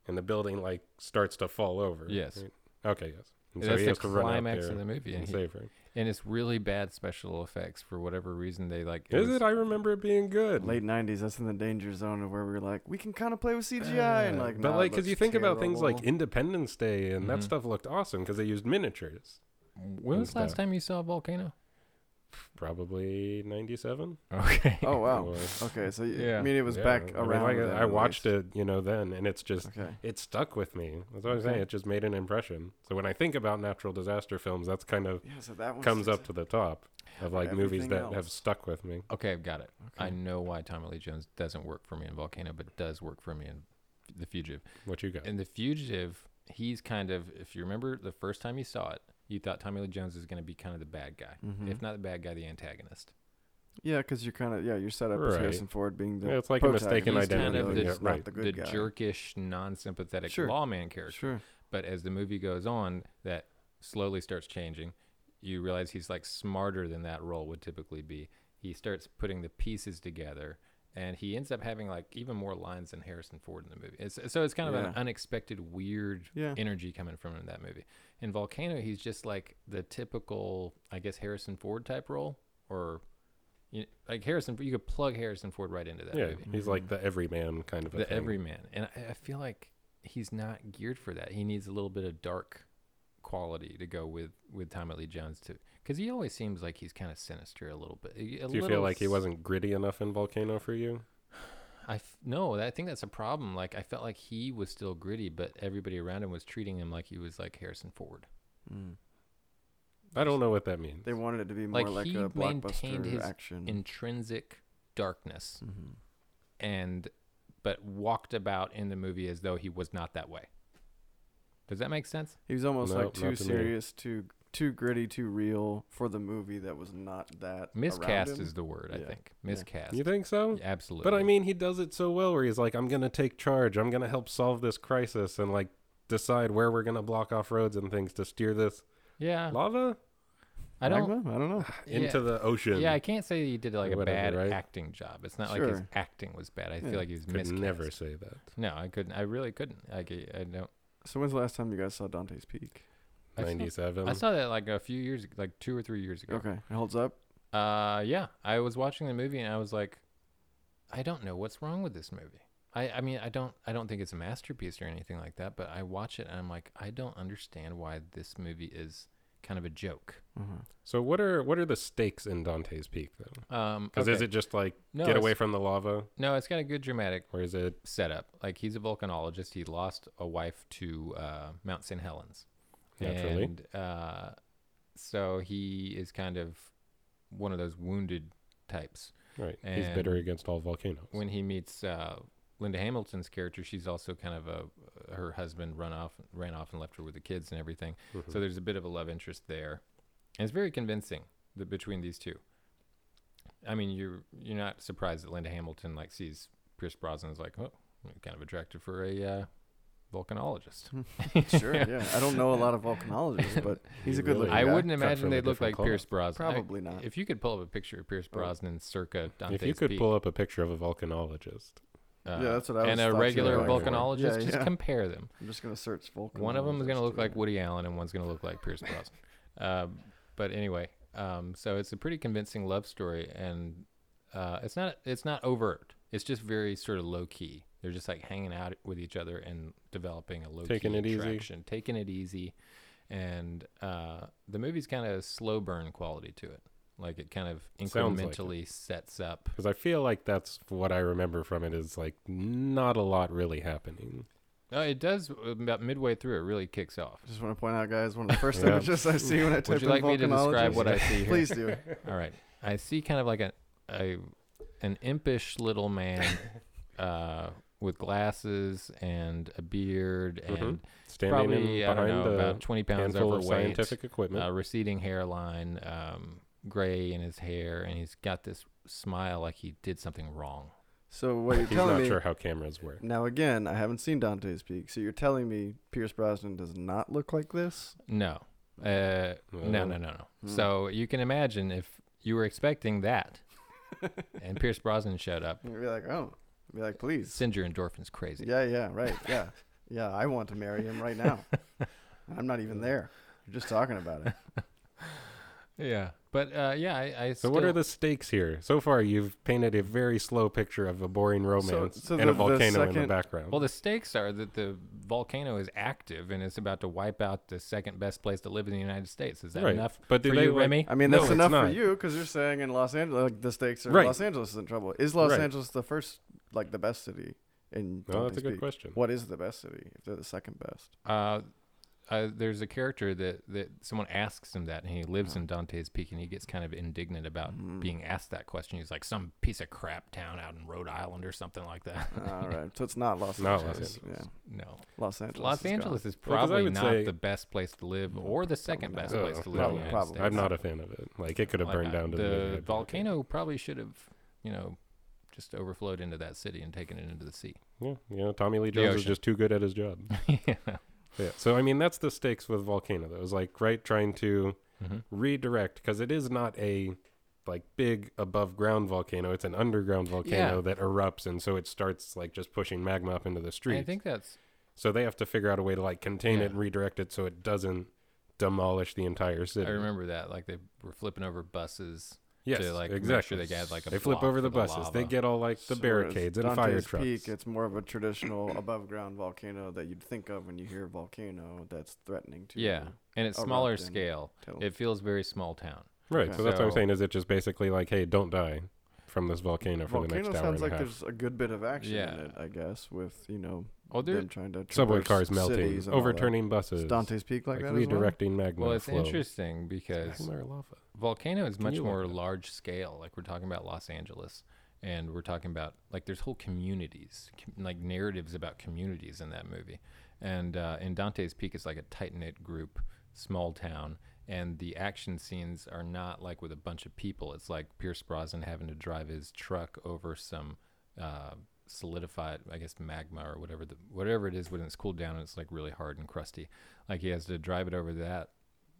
[SPEAKER 3] and the building like starts to fall over.
[SPEAKER 4] Yes.
[SPEAKER 3] right? Okay. Yes. And
[SPEAKER 4] That's
[SPEAKER 3] so he
[SPEAKER 4] the
[SPEAKER 3] has to run out
[SPEAKER 4] climax
[SPEAKER 3] there
[SPEAKER 4] of the movie,
[SPEAKER 3] and
[SPEAKER 4] and, he-
[SPEAKER 3] save her.
[SPEAKER 4] and it's really bad special effects for whatever reason. They like
[SPEAKER 3] Is
[SPEAKER 4] was-
[SPEAKER 3] it? I remember it being good.
[SPEAKER 2] Late '90s, that's in the danger zone of where we were like, we can kind of play with CGI and
[SPEAKER 3] Uh,
[SPEAKER 2] like.
[SPEAKER 3] but
[SPEAKER 2] nah,
[SPEAKER 3] like,
[SPEAKER 2] it
[SPEAKER 3] because you
[SPEAKER 2] looks
[SPEAKER 3] think about things like
[SPEAKER 2] terrible.
[SPEAKER 3] Independence Day and that
[SPEAKER 4] Mhm.
[SPEAKER 3] stuff looked awesome because they used miniatures.
[SPEAKER 4] When was the last time you saw a volcano?
[SPEAKER 3] Probably ninety-seven.
[SPEAKER 4] Okay.
[SPEAKER 2] Oh wow.
[SPEAKER 3] was.
[SPEAKER 2] Okay, so yeah.
[SPEAKER 4] Yeah.
[SPEAKER 2] I mean, it was
[SPEAKER 3] Yeah,
[SPEAKER 2] back
[SPEAKER 3] I mean,
[SPEAKER 2] around.
[SPEAKER 3] like,
[SPEAKER 2] then,
[SPEAKER 3] I
[SPEAKER 2] at
[SPEAKER 3] watched
[SPEAKER 2] least.
[SPEAKER 3] it, you know, then, and it's just
[SPEAKER 2] Okay.
[SPEAKER 3] it stuck with me. That's what I'm
[SPEAKER 2] Okay.
[SPEAKER 3] saying. It just made an impression. So when I think about natural disaster films, that's kind of
[SPEAKER 2] Yeah, so that one
[SPEAKER 3] comes
[SPEAKER 2] sticks
[SPEAKER 3] up to the top of like movies
[SPEAKER 2] everything
[SPEAKER 3] that
[SPEAKER 2] else.
[SPEAKER 3] have stuck with me.
[SPEAKER 4] Okay, I've got it. I
[SPEAKER 2] Okay.
[SPEAKER 4] know why Tommy Lee Jones doesn't work for me in Volcano, but does work for me in The Fugitive.
[SPEAKER 3] What you got?
[SPEAKER 4] In The Fugitive, he's kind of, if you remember the first time you saw it, you thought Tommy Lee Jones is going to be kind of the bad guy.
[SPEAKER 2] Mhm.
[SPEAKER 4] If not the bad guy, the antagonist.
[SPEAKER 2] Yeah, because you're kind of yeah, you're set up as
[SPEAKER 3] Right.
[SPEAKER 2] Harrison Ford being the.
[SPEAKER 3] Yeah, it's like a mistaken
[SPEAKER 2] protagonist,
[SPEAKER 4] He's
[SPEAKER 3] identity.
[SPEAKER 4] kind of
[SPEAKER 2] really,
[SPEAKER 4] the-
[SPEAKER 2] he's
[SPEAKER 3] yeah, right.
[SPEAKER 2] Not the
[SPEAKER 4] the
[SPEAKER 2] good guy.
[SPEAKER 4] jerkish, non sympathetic
[SPEAKER 2] Sure.
[SPEAKER 4] lawman character.
[SPEAKER 2] Sure.
[SPEAKER 4] But as the movie goes on, that slowly starts changing. You realize he's like smarter than that role would typically be. He starts putting the pieces together, and he ends up having like even more lines than Harrison Ford in the movie. It's, so it's kind of an
[SPEAKER 2] Yeah.
[SPEAKER 4] unexpected, weird
[SPEAKER 2] Yeah.
[SPEAKER 4] energy coming from him in that movie. In Volcano, he's just like the typical, I guess, Harrison Ford type role, or you like Harrison. You could plug Harrison Ford right into that
[SPEAKER 3] Yeah,
[SPEAKER 4] movie
[SPEAKER 3] he's like the everyman kind of a
[SPEAKER 4] the
[SPEAKER 3] thing.
[SPEAKER 4] everyman and I, I feel like he's not geared for that he needs a little bit of dark quality to go with with tommy lee jones too because he always seems like he's kind of sinister a little bit A- a
[SPEAKER 3] Do you feel
[SPEAKER 4] little
[SPEAKER 3] like he
[SPEAKER 4] s-
[SPEAKER 3] wasn't gritty enough in Volcano for you?
[SPEAKER 4] i f- no that- i think that's a problem like i felt like he was still gritty but everybody around him was treating him like he was like harrison ford
[SPEAKER 2] Mm.
[SPEAKER 3] I don't know what that means.
[SPEAKER 2] They wanted it to be more
[SPEAKER 4] Like,
[SPEAKER 2] like,
[SPEAKER 4] he
[SPEAKER 2] a
[SPEAKER 4] maintained
[SPEAKER 2] blockbuster
[SPEAKER 4] his
[SPEAKER 3] Mm.
[SPEAKER 4] Mm-hmm.
[SPEAKER 2] action.
[SPEAKER 4] intrinsic darkness
[SPEAKER 2] Mhm.
[SPEAKER 4] and but walked about in the movie as though he was not that way does that make sense
[SPEAKER 2] He was almost
[SPEAKER 3] No,
[SPEAKER 2] like
[SPEAKER 3] not
[SPEAKER 2] too
[SPEAKER 3] to me.
[SPEAKER 2] serious, too too gritty, too real for the movie that was not that. around
[SPEAKER 4] miscast
[SPEAKER 2] him.
[SPEAKER 4] is the word i
[SPEAKER 2] Yeah.
[SPEAKER 4] think miscast
[SPEAKER 3] You think so?
[SPEAKER 4] Yeah, absolutely
[SPEAKER 3] But I mean, he does it so well where he's like, I'm going to take charge. I'm going to help solve this crisis and like decide where we're going to block off roads and things to steer this
[SPEAKER 4] yeah
[SPEAKER 3] lava
[SPEAKER 4] I don't.
[SPEAKER 2] Magma? I don't know.
[SPEAKER 3] into the ocean.
[SPEAKER 4] Ah, Yeah, I can't say he did like
[SPEAKER 3] Or
[SPEAKER 4] a
[SPEAKER 3] whatever,
[SPEAKER 4] bad
[SPEAKER 3] right?
[SPEAKER 4] acting job. It's not like his
[SPEAKER 2] Sure.
[SPEAKER 4] acting was bad. I
[SPEAKER 2] Yeah.
[SPEAKER 4] feel like he's
[SPEAKER 3] could
[SPEAKER 4] miscast.
[SPEAKER 3] never say that.
[SPEAKER 4] No, I couldn't. I really couldn't. Like I- I don't.
[SPEAKER 2] So when's the last time you guys saw Dante's Peak?
[SPEAKER 4] I saw-
[SPEAKER 3] 97.
[SPEAKER 4] I saw that like a few years, like two or three years ago.
[SPEAKER 2] Okay, it holds up.
[SPEAKER 4] Uh, yeah. I was watching the movie and I was like, I don't know what's wrong with this movie. I, I mean, I don't, I don't think it's a masterpiece or anything like that. But I watch it and I'm like, I don't understand why this movie is kind of a joke.
[SPEAKER 2] Mhm.
[SPEAKER 4] Mm-hmm.
[SPEAKER 3] so what are what are the stakes in Dante's Peak though?
[SPEAKER 4] Um,
[SPEAKER 3] Because is
[SPEAKER 4] okay.
[SPEAKER 3] it just like
[SPEAKER 4] No,
[SPEAKER 3] get away
[SPEAKER 4] it's-
[SPEAKER 3] from the lava,
[SPEAKER 4] No, it's got a good dramatic
[SPEAKER 3] or is it
[SPEAKER 4] setup. Like he's a volcanologist. He lost a wife to uh, Mount St. Helens.
[SPEAKER 3] Naturally.
[SPEAKER 4] And uh, so he is kind of one of those wounded types.
[SPEAKER 3] right? He's bitter
[SPEAKER 4] And
[SPEAKER 3] against all volcanoes.
[SPEAKER 4] When he meets uh, Linda Hamilton's character, she's also kind of a her husband run off, ran off and left her with the kids and everything.
[SPEAKER 3] Mhm.
[SPEAKER 4] So there's a bit of a love interest there, and it's very convincing the, between these two. I mean, you're you're not surprised that Linda Hamilton like sees Pierce Brosnan is like, oh, you're kind of attractive for a uh, volcanologist.
[SPEAKER 2] Hmm. Sure. yeah, I don't know a lot of volcanologists, but he's a
[SPEAKER 3] You
[SPEAKER 2] good
[SPEAKER 3] really
[SPEAKER 2] looking.
[SPEAKER 4] I
[SPEAKER 2] guy.
[SPEAKER 4] wouldn't
[SPEAKER 3] cut
[SPEAKER 4] imagine
[SPEAKER 3] from a
[SPEAKER 4] they look
[SPEAKER 3] different
[SPEAKER 4] like
[SPEAKER 3] cloth.
[SPEAKER 4] Pierce Brosnan. I-
[SPEAKER 2] Probably not. Oh.
[SPEAKER 4] if you could pull up a picture of Pierce Brosnan circa Dante's
[SPEAKER 3] if you could
[SPEAKER 4] Peak,
[SPEAKER 3] pull up a picture of a volcanologist,
[SPEAKER 4] uh,
[SPEAKER 2] Yeah, that's what I was
[SPEAKER 4] and a
[SPEAKER 2] thought you
[SPEAKER 4] regular
[SPEAKER 3] were going for.
[SPEAKER 4] volcanologist,
[SPEAKER 2] Yeah,
[SPEAKER 4] just
[SPEAKER 2] yeah.
[SPEAKER 4] compare them.
[SPEAKER 2] I'm just gonna search volcanologist.
[SPEAKER 4] One of them is going to look
[SPEAKER 2] yeah.
[SPEAKER 4] like Woody Allen, and one's going to look like Pierce Brosnan. um, but anyway, um, so it's a pretty convincing love story, and uh, it's not it's not overt. It's just very sort of low key. They're just like hanging out with each other and developing a low
[SPEAKER 3] Taking
[SPEAKER 4] key
[SPEAKER 3] it easy.
[SPEAKER 4] attraction, taking it easy. And uh, the movie's kind of slow burn quality to it. Like it kind of
[SPEAKER 3] Sounds like it.
[SPEAKER 4] incrementally sets up.
[SPEAKER 3] because I feel like that's what I remember from it is like not a lot really happening.
[SPEAKER 4] No, Uh, it does about midway through. It really kicks off.
[SPEAKER 2] Just want to point out, guys, one of the first
[SPEAKER 3] Yeah.
[SPEAKER 2] images I see when I type
[SPEAKER 4] Would you
[SPEAKER 2] in
[SPEAKER 4] like me to describe
[SPEAKER 2] volcanologist-
[SPEAKER 4] what I see here?
[SPEAKER 2] Please do.
[SPEAKER 4] All right. I see kind of like a, a an impish little man uh, with glasses and a beard
[SPEAKER 3] Mhm.
[SPEAKER 4] and
[SPEAKER 3] Standing
[SPEAKER 4] probably
[SPEAKER 3] in
[SPEAKER 4] I don't
[SPEAKER 3] behind
[SPEAKER 4] know
[SPEAKER 3] a
[SPEAKER 4] about twenty pounds
[SPEAKER 3] handful of
[SPEAKER 4] overweight,
[SPEAKER 3] scientific equipment.
[SPEAKER 4] uh, receding hairline, um, gray in his hair, and he's got this smile like he did something wrong.
[SPEAKER 2] So what you're
[SPEAKER 3] He's not
[SPEAKER 2] telling me?
[SPEAKER 3] sure how cameras work.
[SPEAKER 2] Now again, I haven't seen Dante's Peak, so you're telling me Pierce Brosnan does not look like this?
[SPEAKER 4] No, uh, no, no, no, no.
[SPEAKER 2] Hmm.
[SPEAKER 4] So you can imagine if you were expecting that, and Pierce Brosnan showed up,
[SPEAKER 2] You'd be like, oh, You'd be like, please.
[SPEAKER 4] send your endorphins crazy.
[SPEAKER 2] Yeah, yeah, right, yeah, yeah. I want to marry him right now. I'm not even there. You're just talking about it.
[SPEAKER 4] Yeah, but uh, yeah, I. I
[SPEAKER 3] So what are the stakes here? So far, you've painted a very slow picture of a boring romance
[SPEAKER 2] so
[SPEAKER 3] and
[SPEAKER 2] the- the
[SPEAKER 3] a volcano in the
[SPEAKER 2] second-
[SPEAKER 3] background.
[SPEAKER 4] Well, the stakes are that the volcano is active and it's about to wipe out the second best place to live in the United States. Is that
[SPEAKER 3] Right.
[SPEAKER 4] enough?
[SPEAKER 3] But do
[SPEAKER 4] for
[SPEAKER 3] they,
[SPEAKER 4] you,
[SPEAKER 3] like-
[SPEAKER 4] Remy?
[SPEAKER 2] I mean,
[SPEAKER 3] No,
[SPEAKER 2] that's
[SPEAKER 3] it's
[SPEAKER 2] enough for
[SPEAKER 3] not.
[SPEAKER 2] you because you're saying in Los Angeles, like, the stakes are
[SPEAKER 3] Right.
[SPEAKER 2] Los Angeles is in trouble. Is Los
[SPEAKER 3] Right.
[SPEAKER 2] Angeles the first, like the best city in?
[SPEAKER 3] No,
[SPEAKER 2] Don't
[SPEAKER 3] that's
[SPEAKER 2] They
[SPEAKER 3] a good
[SPEAKER 2] Speak?
[SPEAKER 3] question.
[SPEAKER 2] What is the best city? If they're the second best,
[SPEAKER 4] uh, uh, there's a character that, that someone asks him that, and he lives in Dante's Peak, and he gets kind of indignant about
[SPEAKER 3] Mm.
[SPEAKER 4] being asked that question. He's like, some piece of crap town out in Rhode Island or something like that.
[SPEAKER 2] all right. So it's not Los
[SPEAKER 3] Not Los
[SPEAKER 2] Angeles.
[SPEAKER 3] Angeles.
[SPEAKER 4] no.
[SPEAKER 2] Yeah, Los Angeles. is
[SPEAKER 4] Los
[SPEAKER 2] gone.
[SPEAKER 4] Angeles is
[SPEAKER 3] Well, 'cause I
[SPEAKER 4] probably
[SPEAKER 3] would
[SPEAKER 4] not
[SPEAKER 3] say-
[SPEAKER 4] the best place to live or the second
[SPEAKER 2] not.
[SPEAKER 4] best
[SPEAKER 3] Oh,
[SPEAKER 4] place to live
[SPEAKER 2] probably-
[SPEAKER 4] in the United
[SPEAKER 2] probably
[SPEAKER 4] States.
[SPEAKER 3] I'm not a fan of it. Like it could have
[SPEAKER 4] Like,
[SPEAKER 3] burned
[SPEAKER 4] I-
[SPEAKER 3] down to the,
[SPEAKER 4] the
[SPEAKER 3] ground.
[SPEAKER 4] volcano probably should have, you know, just overflowed into that city and taken it into the sea.
[SPEAKER 3] Yeah, you know, Tommy Lee
[SPEAKER 4] The
[SPEAKER 3] Jones is
[SPEAKER 4] ocean.
[SPEAKER 3] just too good at his job.
[SPEAKER 4] yeah.
[SPEAKER 3] yeah. So I mean, that's the stakes with volcano. That was like right trying to
[SPEAKER 4] Mhm.
[SPEAKER 3] redirect because it is not a like big above ground volcano. It's an underground volcano
[SPEAKER 4] Yeah.
[SPEAKER 3] that erupts, and so it starts like just pushing magma up into the street.
[SPEAKER 4] I think that's
[SPEAKER 3] so they have to figure out a way to like contain
[SPEAKER 4] Yeah.
[SPEAKER 3] it and redirect it so it doesn't demolish the entire city.
[SPEAKER 4] I remember that. Like they were flipping over buses.
[SPEAKER 3] Yes,
[SPEAKER 4] to, like, make
[SPEAKER 3] exactly.
[SPEAKER 4] sure they get, like, a
[SPEAKER 3] they flip
[SPEAKER 4] block
[SPEAKER 3] over
[SPEAKER 4] for
[SPEAKER 3] the
[SPEAKER 4] the
[SPEAKER 3] buses. They
[SPEAKER 4] lava.
[SPEAKER 3] get all like
[SPEAKER 2] So
[SPEAKER 3] the
[SPEAKER 2] whereas
[SPEAKER 3] barricades and fire
[SPEAKER 2] Dante's
[SPEAKER 3] trucks.
[SPEAKER 2] Peak, it's more of a traditional above ground volcano that you'd think of when you hear volcano that's threatening to.
[SPEAKER 4] Yeah, and it's smaller
[SPEAKER 2] erupt and
[SPEAKER 4] scale.
[SPEAKER 2] tilt.
[SPEAKER 4] It feels very small town.
[SPEAKER 3] Right.
[SPEAKER 2] Okay.
[SPEAKER 3] So that's what I'm
[SPEAKER 4] So-
[SPEAKER 3] saying. Is it just basically like, hey, don't die from this volcano for
[SPEAKER 2] volcano
[SPEAKER 3] the next hour
[SPEAKER 2] sounds like
[SPEAKER 3] and a half?
[SPEAKER 2] there's a good bit of action in
[SPEAKER 4] Yeah.
[SPEAKER 2] it, I guess, with you know
[SPEAKER 4] Oh, there.
[SPEAKER 2] them trying to
[SPEAKER 3] Subway
[SPEAKER 2] traverse
[SPEAKER 3] cars melting,
[SPEAKER 2] cities and all that.
[SPEAKER 3] overturning
[SPEAKER 2] Is
[SPEAKER 3] buses,
[SPEAKER 2] Dante's Peak like,
[SPEAKER 3] like
[SPEAKER 2] that as well?
[SPEAKER 3] redirecting magma.
[SPEAKER 4] Well, it's
[SPEAKER 3] flow.
[SPEAKER 4] interesting
[SPEAKER 3] It's
[SPEAKER 4] because
[SPEAKER 3] magma or lava.
[SPEAKER 4] volcano is much
[SPEAKER 3] you look
[SPEAKER 4] more
[SPEAKER 3] it up?
[SPEAKER 4] large scale. Like we're talking about Los Angeles, and we're talking about like there's whole communities, com- like narratives about communities in that movie. And uh, in Dante's Peak, it's like a tight knit group, small town, and the action scenes are not like with a bunch of people. It's like Pierce Brosnan having to drive his truck over some. Uh, solidified i guess magma or whatever the whatever it is when it's cooled down and it's like really hard and crusty like he has to drive it over that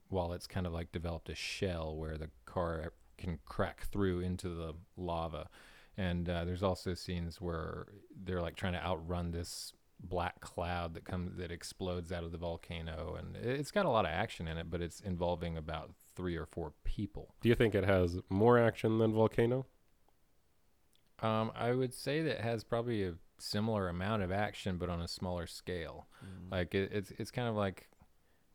[SPEAKER 4] while it's kind of like developed a shell where the car e, can crack through into the lava. And uh, there's also scenes where they're like trying to outrun this black cloud that comes that explodes out of the volcano, and it- it's got a lot of action in it, but it's involving about three or four people.
[SPEAKER 3] Do you think it has more action than volcano?
[SPEAKER 4] Um, I would say that it has probably a similar amount of action, but on a smaller scale.
[SPEAKER 3] Mm.
[SPEAKER 4] Like it, it's it's kind of like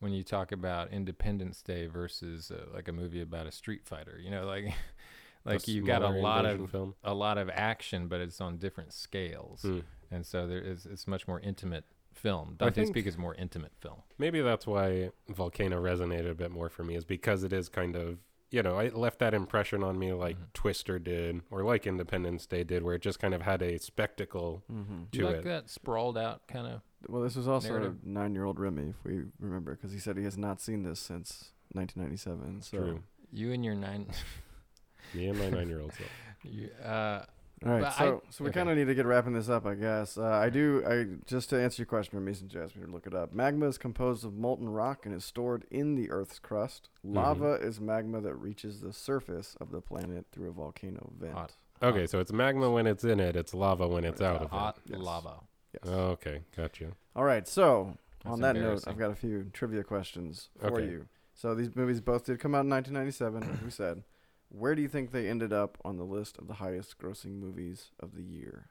[SPEAKER 4] when you talk about Independence Day versus uh, like a movie about a street fighter. You know, like like
[SPEAKER 3] A
[SPEAKER 4] you've got a
[SPEAKER 3] smaller
[SPEAKER 4] lot
[SPEAKER 3] invasion
[SPEAKER 4] of
[SPEAKER 3] film.
[SPEAKER 4] a lot of action, but it's on different scales,
[SPEAKER 3] Hmm.
[SPEAKER 4] and so there is it's much more intimate film.
[SPEAKER 3] I
[SPEAKER 4] Dante's
[SPEAKER 3] think-
[SPEAKER 4] Peak is a more intimate film.
[SPEAKER 3] Maybe that's why volcano resonated a bit more for me, is because it is kind of you know it left that impression on me
[SPEAKER 4] Mm-hmm.
[SPEAKER 3] like Twister did, or like Independence Day did, where it just kind of had a spectacle
[SPEAKER 2] Mhm.
[SPEAKER 3] to
[SPEAKER 4] like
[SPEAKER 3] it.
[SPEAKER 4] that sprawled out kind of.
[SPEAKER 2] Well, this was also
[SPEAKER 4] Narrative.
[SPEAKER 2] nine-year-old Remy, if we remember, because he said he has not seen this since 1997. So,
[SPEAKER 3] True.
[SPEAKER 4] You and your nine.
[SPEAKER 3] Me and my nine-year-old self.
[SPEAKER 4] you, uh,
[SPEAKER 2] all right,
[SPEAKER 4] But I-
[SPEAKER 2] so so we
[SPEAKER 4] okay.
[SPEAKER 2] kind of need to get wrapping this up, I guess. Uh, I do. I just to answer your question, Remy and Jasmine, look it up. Magma is composed of molten rock and is stored in the Earth's crust.
[SPEAKER 4] Mm-hmm.
[SPEAKER 2] Lava is magma that reaches the surface of the planet through a volcano vent.
[SPEAKER 4] Hot.
[SPEAKER 3] Okay, so it's magma when it's in it, it's lava when it's out of
[SPEAKER 4] hot
[SPEAKER 2] Yes.
[SPEAKER 4] lava.
[SPEAKER 2] Yes.
[SPEAKER 3] Okay, gotcha.
[SPEAKER 2] All right, so
[SPEAKER 4] That's
[SPEAKER 2] on that note,
[SPEAKER 4] embarrassing.
[SPEAKER 2] I've got a few trivia questions for
[SPEAKER 3] Okay.
[SPEAKER 2] you. So these movies both did come out in 1997, like we said. Where do you think they ended up on the list of the highest grossing movies of the year?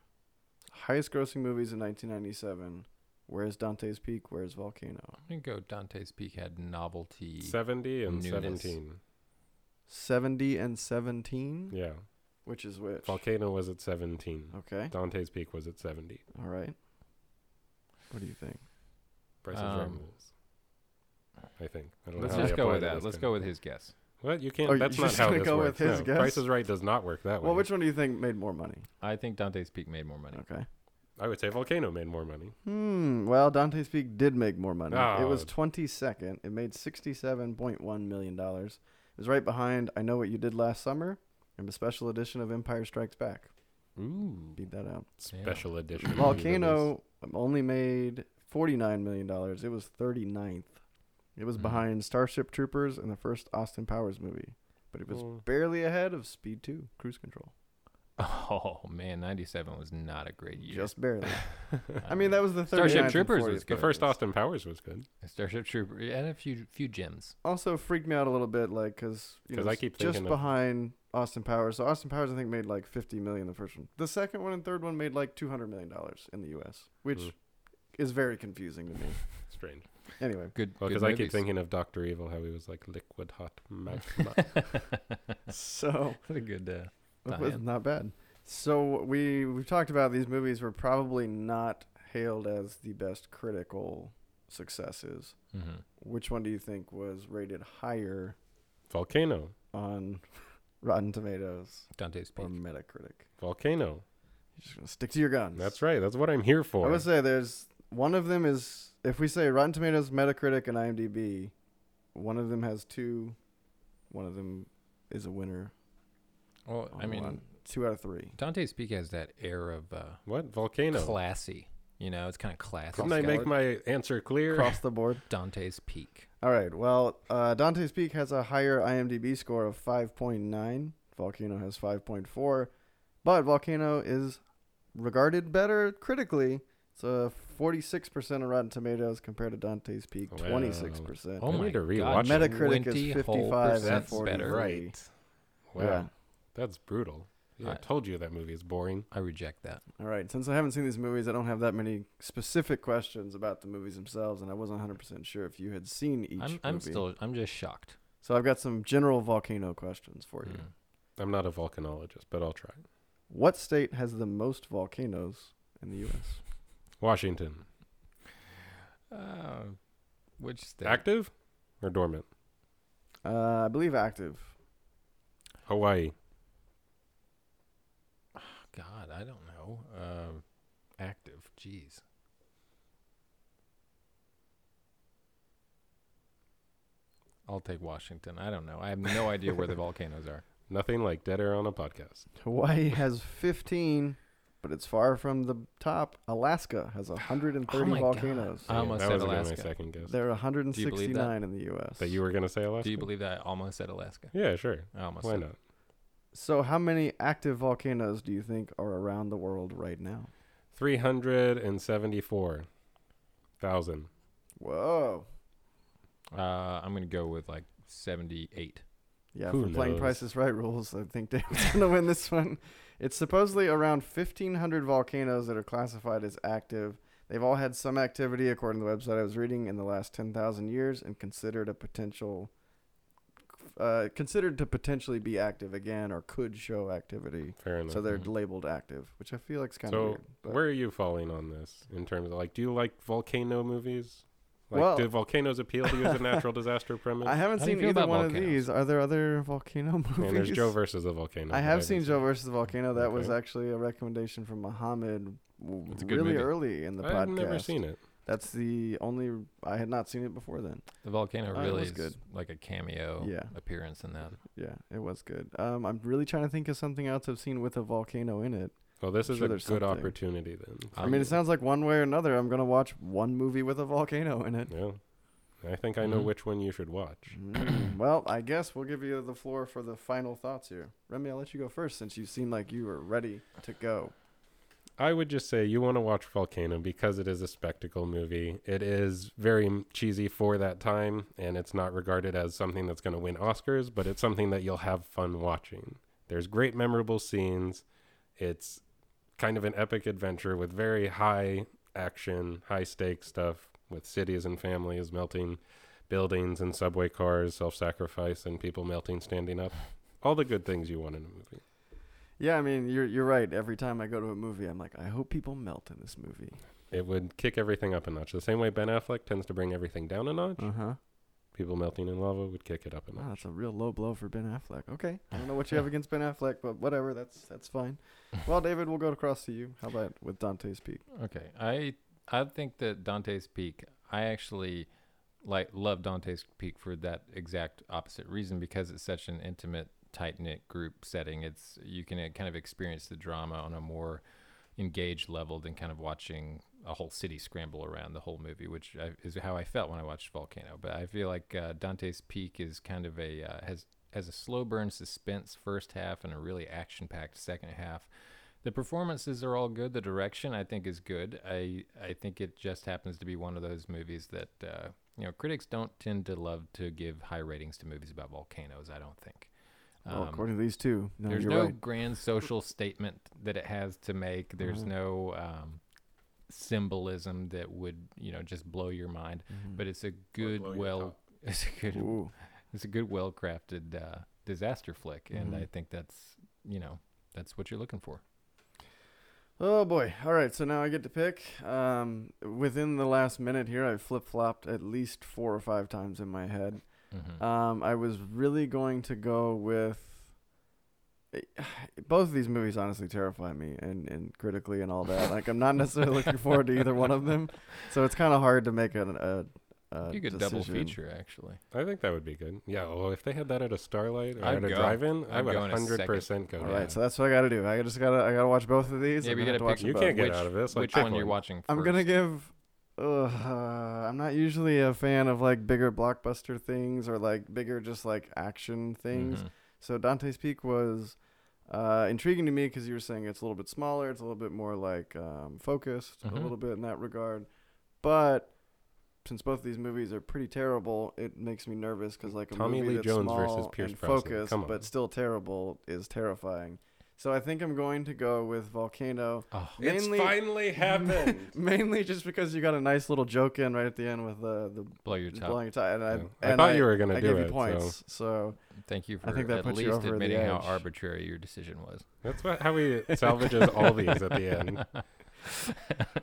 [SPEAKER 2] Highest grossing movies in 1997. Where's Dante's Peak? Where's Volcano?
[SPEAKER 4] I'm gonna go. Dante's Peak had novelty.
[SPEAKER 3] 70 and
[SPEAKER 4] Newness.
[SPEAKER 3] 17.
[SPEAKER 2] 70 and 17?
[SPEAKER 3] Yeah.
[SPEAKER 2] Which is which?
[SPEAKER 3] Volcano was at 17.
[SPEAKER 2] Okay.
[SPEAKER 3] Dante's Peak was at 70.
[SPEAKER 2] All right. What do you think?
[SPEAKER 3] Price is right
[SPEAKER 4] Um,
[SPEAKER 3] rules. I think. I don't know
[SPEAKER 4] Let's
[SPEAKER 3] how they
[SPEAKER 4] just go
[SPEAKER 3] apply
[SPEAKER 4] with
[SPEAKER 3] to
[SPEAKER 4] that.
[SPEAKER 3] this
[SPEAKER 4] Let's
[SPEAKER 3] kind
[SPEAKER 4] go
[SPEAKER 3] of-
[SPEAKER 4] with his guess.
[SPEAKER 3] What? You can't.
[SPEAKER 2] Oh,
[SPEAKER 3] that's
[SPEAKER 2] you're
[SPEAKER 3] not
[SPEAKER 2] just
[SPEAKER 3] how
[SPEAKER 2] gonna
[SPEAKER 3] this
[SPEAKER 2] go
[SPEAKER 3] works.
[SPEAKER 2] with his
[SPEAKER 3] no,
[SPEAKER 2] guess?
[SPEAKER 3] Price is Right does not work that way.
[SPEAKER 2] Well, which one do you think made more money?
[SPEAKER 4] I think Dante's Peak made more money.
[SPEAKER 2] Okay.
[SPEAKER 3] I would say Volcano made more money.
[SPEAKER 2] Hmm. Well, Dante's Peak did make more money. It was
[SPEAKER 3] Oh.
[SPEAKER 2] 22nd. It made 67.1 million dollars. It was right behind I Know What You Did Last Summer and the special edition of Empire Strikes Back.
[SPEAKER 4] Ooh.
[SPEAKER 2] Beat that out.
[SPEAKER 3] Special edition. movie release.
[SPEAKER 2] Volcano only made 49 million dollars. It was 39th. It was
[SPEAKER 4] Hmm.
[SPEAKER 2] behind Starship Troopers and the first Austin Powers movie, but it was
[SPEAKER 3] Mm.
[SPEAKER 2] barely ahead of Speed 2 Cruise Control.
[SPEAKER 4] Oh man, '97 was not a great year. Uh,
[SPEAKER 2] Just barely. I mean, that was the third.
[SPEAKER 4] Starship Troopers was
[SPEAKER 3] The
[SPEAKER 4] good.
[SPEAKER 3] first Austin Powers was good.
[SPEAKER 4] Starship Trooper it had a few few gems.
[SPEAKER 2] Also freaked me out a little bit, like because you know,
[SPEAKER 3] 'Cause I
[SPEAKER 2] it's
[SPEAKER 3] keep
[SPEAKER 2] just
[SPEAKER 3] thinking of-
[SPEAKER 2] behind Austin Powers. So Austin Powers, I think, made like fifty million the first one. The second one and third one made like two hundred million dollars in the U.S., which
[SPEAKER 3] Mm.
[SPEAKER 2] is very confusing to me.
[SPEAKER 3] Strange.
[SPEAKER 2] Anyway,
[SPEAKER 4] Good.
[SPEAKER 3] Well,
[SPEAKER 4] good
[SPEAKER 3] because I keep
[SPEAKER 4] movies.
[SPEAKER 3] thinking of Doctor Evil, how he was like liquid hot magma.
[SPEAKER 2] so
[SPEAKER 4] What a good. Uh,
[SPEAKER 2] That
[SPEAKER 4] Not
[SPEAKER 2] was
[SPEAKER 4] yet.
[SPEAKER 2] not bad. So we we've talked about these movies were probably not hailed as the best critical successes.
[SPEAKER 4] mhm.
[SPEAKER 2] Which one do you think was rated higher
[SPEAKER 3] Volcano,
[SPEAKER 2] on Rotten Tomatoes
[SPEAKER 4] Dante's Peak.
[SPEAKER 2] or Metacritic?
[SPEAKER 3] volcano.
[SPEAKER 2] You're just gonna stick to your guns.
[SPEAKER 3] That's right. That's what I'm here for.
[SPEAKER 2] I would say there's one of them is if we say Rotten Tomatoes, Metacritic, and IMDb, one of them has two, one of them is a winner.
[SPEAKER 4] well, I
[SPEAKER 2] on
[SPEAKER 4] mean,
[SPEAKER 2] one. two out of three.
[SPEAKER 4] Dante's Peak has that air of uh,
[SPEAKER 3] what volcano?
[SPEAKER 4] classy. You know, it's kind of classy.
[SPEAKER 3] Couldn't I make
[SPEAKER 4] Scout.
[SPEAKER 3] my answer clear?
[SPEAKER 2] Across the board.
[SPEAKER 4] Dante's Peak?
[SPEAKER 2] All right. Well, uh, Dante's Peak has a higher IMDb score of 5.9. Volcano has 5.4, but Volcano is regarded better critically. It's a 46% on Rotten Tomatoes compared to Dante's Peak,
[SPEAKER 3] Wow.
[SPEAKER 2] 26%.
[SPEAKER 4] Oh
[SPEAKER 3] I
[SPEAKER 4] my
[SPEAKER 3] need to
[SPEAKER 4] God!
[SPEAKER 3] rewatch it.
[SPEAKER 2] Metacritic is
[SPEAKER 4] 20
[SPEAKER 2] 55
[SPEAKER 4] whole
[SPEAKER 2] and
[SPEAKER 4] percent's
[SPEAKER 2] 40.
[SPEAKER 4] better.
[SPEAKER 3] Right. Wow,
[SPEAKER 2] Yeah.
[SPEAKER 3] that's brutal. Yeah, I
[SPEAKER 4] I-
[SPEAKER 3] told you that movie is boring.
[SPEAKER 4] I reject that.
[SPEAKER 2] All right. Since I haven't seen these movies, I don't have that many specific questions about the movies themselves, and I wasn't 100% sure if you had seen each
[SPEAKER 4] I'm,
[SPEAKER 2] movie.
[SPEAKER 4] I'm still. I'm just shocked.
[SPEAKER 2] So I've got some general volcano questions for you.
[SPEAKER 4] Mm.
[SPEAKER 3] I'm not a volcanologist, but I'll try.
[SPEAKER 2] What state has the most volcanoes in the U.S.?
[SPEAKER 3] Washington,
[SPEAKER 4] Uh,
[SPEAKER 3] Um,
[SPEAKER 4] which state?
[SPEAKER 3] active or dormant?
[SPEAKER 2] Uh, I believe active.
[SPEAKER 3] Hawaii.
[SPEAKER 4] God, I don't know. Um, active. Jeez. I'll take Washington. I don't know. I have no idea where the volcanoes are.
[SPEAKER 3] Nothing like dead air on a podcast.
[SPEAKER 2] Hawaii has 15, but it's far from the top. Alaska has 130
[SPEAKER 4] Oh my God.
[SPEAKER 2] volcanoes.
[SPEAKER 4] I almost
[SPEAKER 3] that
[SPEAKER 4] said
[SPEAKER 3] was gonna be
[SPEAKER 4] Alaska.
[SPEAKER 3] my second guess.
[SPEAKER 2] there are
[SPEAKER 4] you believe that?
[SPEAKER 2] 169 in the U.S.
[SPEAKER 3] That you were gonna say Alaska?
[SPEAKER 4] Do you believe that I almost said Alaska?
[SPEAKER 3] Yeah, sure.
[SPEAKER 4] I almost
[SPEAKER 3] Why
[SPEAKER 4] said
[SPEAKER 3] not?
[SPEAKER 2] so, how many active volcanoes do you think are around the world right now?
[SPEAKER 3] Three hundred and seventy-four thousand.
[SPEAKER 2] Whoa.
[SPEAKER 4] Uh, I'm gonna go with like 78.
[SPEAKER 2] Yeah,
[SPEAKER 3] Who
[SPEAKER 2] for playing
[SPEAKER 3] knows?
[SPEAKER 2] Price is Right rules, I think David's going to win this one. It's supposedly around 1,500 volcanoes that are classified as active. They've all had some activity, according to the website I was reading, in the last 10,000 years and considered a potential, uh, considered to potentially be active again or could show activity.
[SPEAKER 3] Fair enough.
[SPEAKER 2] So they're
[SPEAKER 4] Mhm.
[SPEAKER 2] labeled active, which I feel like is kind of
[SPEAKER 3] So,
[SPEAKER 2] weird. But
[SPEAKER 3] Where are you falling on this in terms of like, do you like volcano movies? Like,
[SPEAKER 2] Well-
[SPEAKER 3] do volcanoes appeal to you as a natural disaster premise?
[SPEAKER 2] I haven't
[SPEAKER 4] How do you
[SPEAKER 2] seen
[SPEAKER 4] feel
[SPEAKER 2] either
[SPEAKER 4] about
[SPEAKER 2] one of
[SPEAKER 4] volcanoes?
[SPEAKER 2] these. Are there other volcano movies?
[SPEAKER 3] and there's Joe versus the volcano.
[SPEAKER 2] I
[SPEAKER 3] that
[SPEAKER 2] have
[SPEAKER 3] haven't
[SPEAKER 2] seen Joe versus the Volcano. That was
[SPEAKER 3] Okay.
[SPEAKER 2] actually a recommendation from Mohammed w-
[SPEAKER 4] It's a good
[SPEAKER 2] really
[SPEAKER 4] movie.
[SPEAKER 2] early in the podcast.
[SPEAKER 3] I've never seen it.
[SPEAKER 2] That's the only I had not seen it before then.
[SPEAKER 4] The volcano
[SPEAKER 2] Oh, it
[SPEAKER 4] really
[SPEAKER 2] was
[SPEAKER 4] is
[SPEAKER 2] good.
[SPEAKER 4] like a cameo
[SPEAKER 2] Yeah.
[SPEAKER 4] appearance in that.
[SPEAKER 2] Yeah, it was good. Um, I'm really trying to think of something else I've seen with a volcano in it.
[SPEAKER 3] Well, this
[SPEAKER 2] I'm
[SPEAKER 3] is
[SPEAKER 2] sure
[SPEAKER 3] a good
[SPEAKER 2] there's something.
[SPEAKER 3] opportunity then.
[SPEAKER 4] Uh,
[SPEAKER 2] I mean, it
[SPEAKER 4] Um,
[SPEAKER 2] sounds like one way or another, I'm gonna watch one movie with a volcano in it.
[SPEAKER 3] Yeah. I think I know
[SPEAKER 4] Mhm.
[SPEAKER 3] which one you should watch.
[SPEAKER 2] Mm, well, I guess we'll give you the floor for the final thoughts here. Remy, I'll let you go first since you seem like you were ready to go.
[SPEAKER 3] I would just say you want to watch Volcano because it is a spectacle movie. It is very m- cheesy for that time, and it's not regarded as something that's going to win Oscars, but it's something that you'll have fun watching. There's great, memorable scenes. It's kind of an epic adventure with very high action, high stakes stuff with cities and families melting, buildings and subway cars, self sacrifice, and people melting, standing up. All the good things you want in a movie.
[SPEAKER 2] Yeah, I mean, you're you're right. Every time I go to a movie, I'm like, I hope people melt in this movie.
[SPEAKER 3] It would kick everything up a notch. The same way Ben Affleck tends to bring everything down a notch,
[SPEAKER 2] Uh huh.
[SPEAKER 3] people melting in lava would kick it up a
[SPEAKER 2] Wow,
[SPEAKER 3] notch.
[SPEAKER 2] that's a real low blow for Ben Affleck. Okay, I don't know what you have against Ben Affleck, but whatever. That's that's fine. Well, David, we'll go across to you. How about with Dante's Peak?
[SPEAKER 4] Okay, I I think that Dante's Peak. I actually like love Dante's Peak for that exact opposite reason because it's such an intimate, tight knit group setting. It's you can uh, kind of experience the drama on a more engaged level than kind of watching a whole city scramble around the whole movie, which I, is how I felt when I watched Volcano. But I feel like uh, Dante's Peak is kind of a uh, has as a slow burn suspense first half and a really action packed second half. The performances are all good. The direction I think is good. I I think it just happens to be one of those movies that uh, you know critics don't tend to love to give high ratings to movies about volcanoes. I don't think.
[SPEAKER 2] Well,
[SPEAKER 4] Um,
[SPEAKER 2] according to these two, no,
[SPEAKER 4] there's
[SPEAKER 2] you're
[SPEAKER 4] no
[SPEAKER 2] right.
[SPEAKER 4] grand social statement that it has to make. There's
[SPEAKER 2] Mhm.
[SPEAKER 4] no um, symbolism that would you know just blow your mind. But it's a good,
[SPEAKER 3] blow your
[SPEAKER 4] well,
[SPEAKER 3] top.
[SPEAKER 4] it's a good,
[SPEAKER 2] Mm-hmm. Mm. Ooh,
[SPEAKER 4] it's a good, well crafted uh, disaster flick, and
[SPEAKER 2] Mhm.
[SPEAKER 4] I think that's you know that's what you're looking for.
[SPEAKER 2] oh boy. All right, so now I get to pick. Um, within the last minute here, I flip flopped at least four or five times in my head.
[SPEAKER 4] Mhm.
[SPEAKER 2] Um, I was really going to go with both of these movies. Honestly, terrify me and, and critically and all that. Like I'm not necessarily looking forward to either one of them, so it's kind of hard to make an, a, a
[SPEAKER 4] you could double
[SPEAKER 2] decision.
[SPEAKER 4] feature actually.
[SPEAKER 3] I think that would be good. Yeah. Well, if they had that at a Starlight or
[SPEAKER 4] I'd
[SPEAKER 3] at a
[SPEAKER 4] go.
[SPEAKER 3] drive-in, I
[SPEAKER 4] I'd
[SPEAKER 3] would
[SPEAKER 4] go in a second.
[SPEAKER 3] 100% go.
[SPEAKER 2] All
[SPEAKER 3] there.
[SPEAKER 2] right, so that's what I got to do. I just gotta I gotta watch both of these.
[SPEAKER 4] Yeah,
[SPEAKER 2] and
[SPEAKER 4] but you
[SPEAKER 2] then
[SPEAKER 4] gotta
[SPEAKER 2] have
[SPEAKER 4] pick.
[SPEAKER 2] to watch
[SPEAKER 3] You
[SPEAKER 2] both.
[SPEAKER 3] can't get
[SPEAKER 4] which,
[SPEAKER 3] out of this. I
[SPEAKER 4] Which
[SPEAKER 3] pick
[SPEAKER 4] one you're
[SPEAKER 3] one.
[SPEAKER 4] watching? First.
[SPEAKER 2] I'm gonna give. Ugh, I'm not usually a fan of like bigger blockbuster things or like bigger just like action things.
[SPEAKER 4] Mhm.
[SPEAKER 2] So Dante's Peak was uh, intriguing to me because you were saying it's a little bit smaller, it's a little bit more like um, focused, a
[SPEAKER 3] Mm-hmm.
[SPEAKER 4] Mhm.
[SPEAKER 2] little bit in that regard. But since both of these movies are pretty terrible, it makes me nervous because like a
[SPEAKER 3] Tommy
[SPEAKER 2] movie
[SPEAKER 3] Lee
[SPEAKER 2] that's
[SPEAKER 3] Jones
[SPEAKER 2] small
[SPEAKER 3] versus Pierce
[SPEAKER 2] and
[SPEAKER 3] Brosnan,
[SPEAKER 2] focused
[SPEAKER 3] come on.
[SPEAKER 2] but still terrible is terrifying. So I think I'm going to go with Volcano.
[SPEAKER 4] Oh.
[SPEAKER 3] It's
[SPEAKER 2] Mainly-
[SPEAKER 3] finally happened.
[SPEAKER 2] Mainly just because you got a nice little joke in right at the end with uh, the
[SPEAKER 4] Blow your top.
[SPEAKER 2] blowing your tie, and I,
[SPEAKER 3] Yeah. I
[SPEAKER 2] and
[SPEAKER 3] thought you were gonna
[SPEAKER 2] I
[SPEAKER 3] do
[SPEAKER 2] gave
[SPEAKER 3] it,
[SPEAKER 2] you points. So,
[SPEAKER 4] Thank you for
[SPEAKER 2] I think that
[SPEAKER 4] at
[SPEAKER 2] puts you
[SPEAKER 4] least
[SPEAKER 2] over the
[SPEAKER 4] admitting how
[SPEAKER 2] edge.
[SPEAKER 4] arbitrary your decision was.
[SPEAKER 3] That's what, how we salvages all these at the end.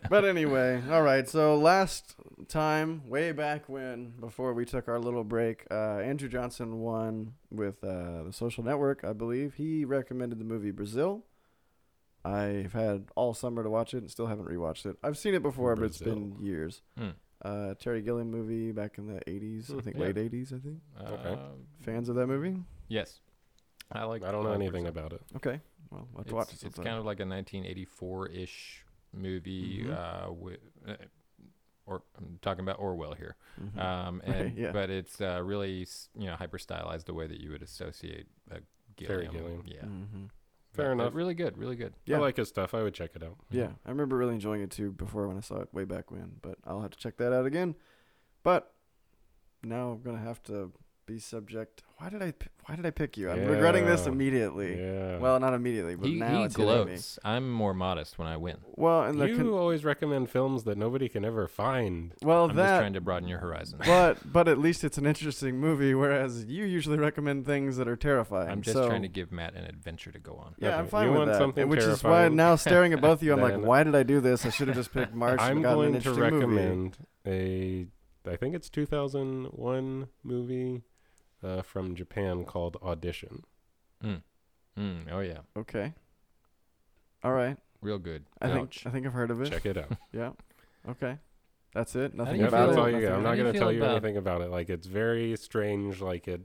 [SPEAKER 2] but anyway, all right. So last time, way back when, before we took our little break, uh, Andrew Johnson won with uh, the Social Network, I believe. He recommended the movie Brazil. I've had all summer to watch it and still haven't rewatched it. I've seen it before, but it's been
[SPEAKER 3] Brazil.
[SPEAKER 2] years.
[SPEAKER 4] Hmm.
[SPEAKER 2] Uh, Terry Gilliam movie back in the '80s, I think
[SPEAKER 4] Yeah.
[SPEAKER 2] late '80s. I think
[SPEAKER 3] Okay.
[SPEAKER 4] Um,
[SPEAKER 2] fans of that movie.
[SPEAKER 4] Yes. I like.
[SPEAKER 3] I don't know
[SPEAKER 4] like
[SPEAKER 3] anything
[SPEAKER 4] Brazil.
[SPEAKER 3] about it.
[SPEAKER 2] Okay, well, we'll have to watch it.
[SPEAKER 4] It's, it's
[SPEAKER 2] sometime.
[SPEAKER 4] kind of like a 1984-ish movie.
[SPEAKER 2] Mhm.
[SPEAKER 4] Uh, wi- uh, or I'm talking about Orwell here.
[SPEAKER 2] Mhm.
[SPEAKER 4] Um,
[SPEAKER 2] Right,
[SPEAKER 4] and,
[SPEAKER 2] yeah.
[SPEAKER 4] but it's uh, really s- you know hyper stylized the way that you would associate a
[SPEAKER 3] Terry
[SPEAKER 4] Gilliam.
[SPEAKER 3] Gilliam.
[SPEAKER 4] Yeah.
[SPEAKER 2] Mhm.
[SPEAKER 3] Fair
[SPEAKER 4] But- but
[SPEAKER 3] enough.
[SPEAKER 4] Really good. Really good. Mm-hmm.
[SPEAKER 2] Yeah.
[SPEAKER 3] I like his stuff. I would check it out.
[SPEAKER 2] Yeah, I remember really enjoying it too before when I saw it way back when, but I'll have to check that out again. But now I'm gonna have to be subject. Why did I? p- Why did I pick you? I'm regretting this
[SPEAKER 3] Yeah.
[SPEAKER 2] immediately.
[SPEAKER 3] Yeah.
[SPEAKER 2] Well, not immediately, but
[SPEAKER 4] He,
[SPEAKER 2] now
[SPEAKER 4] he
[SPEAKER 2] it's hitting me.
[SPEAKER 4] gloats. I'm more modest when I win.
[SPEAKER 2] Well, and the
[SPEAKER 3] you
[SPEAKER 2] con-
[SPEAKER 3] always recommend films that nobody can ever find.
[SPEAKER 2] well
[SPEAKER 4] I'm just
[SPEAKER 2] that.
[SPEAKER 4] trying to broaden your horizon.
[SPEAKER 2] but but at least it's an interesting movie, whereas you usually recommend things that are terrifying.
[SPEAKER 4] I'm just
[SPEAKER 2] so-
[SPEAKER 4] trying to give Matt an adventure to go on.
[SPEAKER 2] Yeah, I'm
[SPEAKER 3] Okay,
[SPEAKER 2] fine
[SPEAKER 3] you
[SPEAKER 2] with
[SPEAKER 3] want
[SPEAKER 2] that.
[SPEAKER 3] something
[SPEAKER 2] which is why
[SPEAKER 3] terrifying?
[SPEAKER 2] now staring at both of you, I'm like,
[SPEAKER 3] Then-
[SPEAKER 2] why did I do this? I should have just picked March
[SPEAKER 3] I'm
[SPEAKER 2] and gotten an
[SPEAKER 3] going to
[SPEAKER 2] interesting movie.
[SPEAKER 3] recommend a, I think it's 2001 movie uh, from Japan called Audition.
[SPEAKER 4] Mm, oh yeah,
[SPEAKER 2] Okay. All right.
[SPEAKER 4] real good.
[SPEAKER 2] I think
[SPEAKER 4] Ouch.
[SPEAKER 2] I think I've heard of it.
[SPEAKER 3] Check it out.
[SPEAKER 2] Yeah. Okay. That's it. Nothing
[SPEAKER 4] you
[SPEAKER 3] yeah,
[SPEAKER 2] about
[SPEAKER 3] that's
[SPEAKER 2] it.
[SPEAKER 3] all you
[SPEAKER 2] nothing
[SPEAKER 3] got. I'm
[SPEAKER 4] How
[SPEAKER 3] not
[SPEAKER 4] do you
[SPEAKER 3] going to
[SPEAKER 4] feel
[SPEAKER 3] tell you
[SPEAKER 4] about-
[SPEAKER 3] anything about it. Like it's very strange. Like it,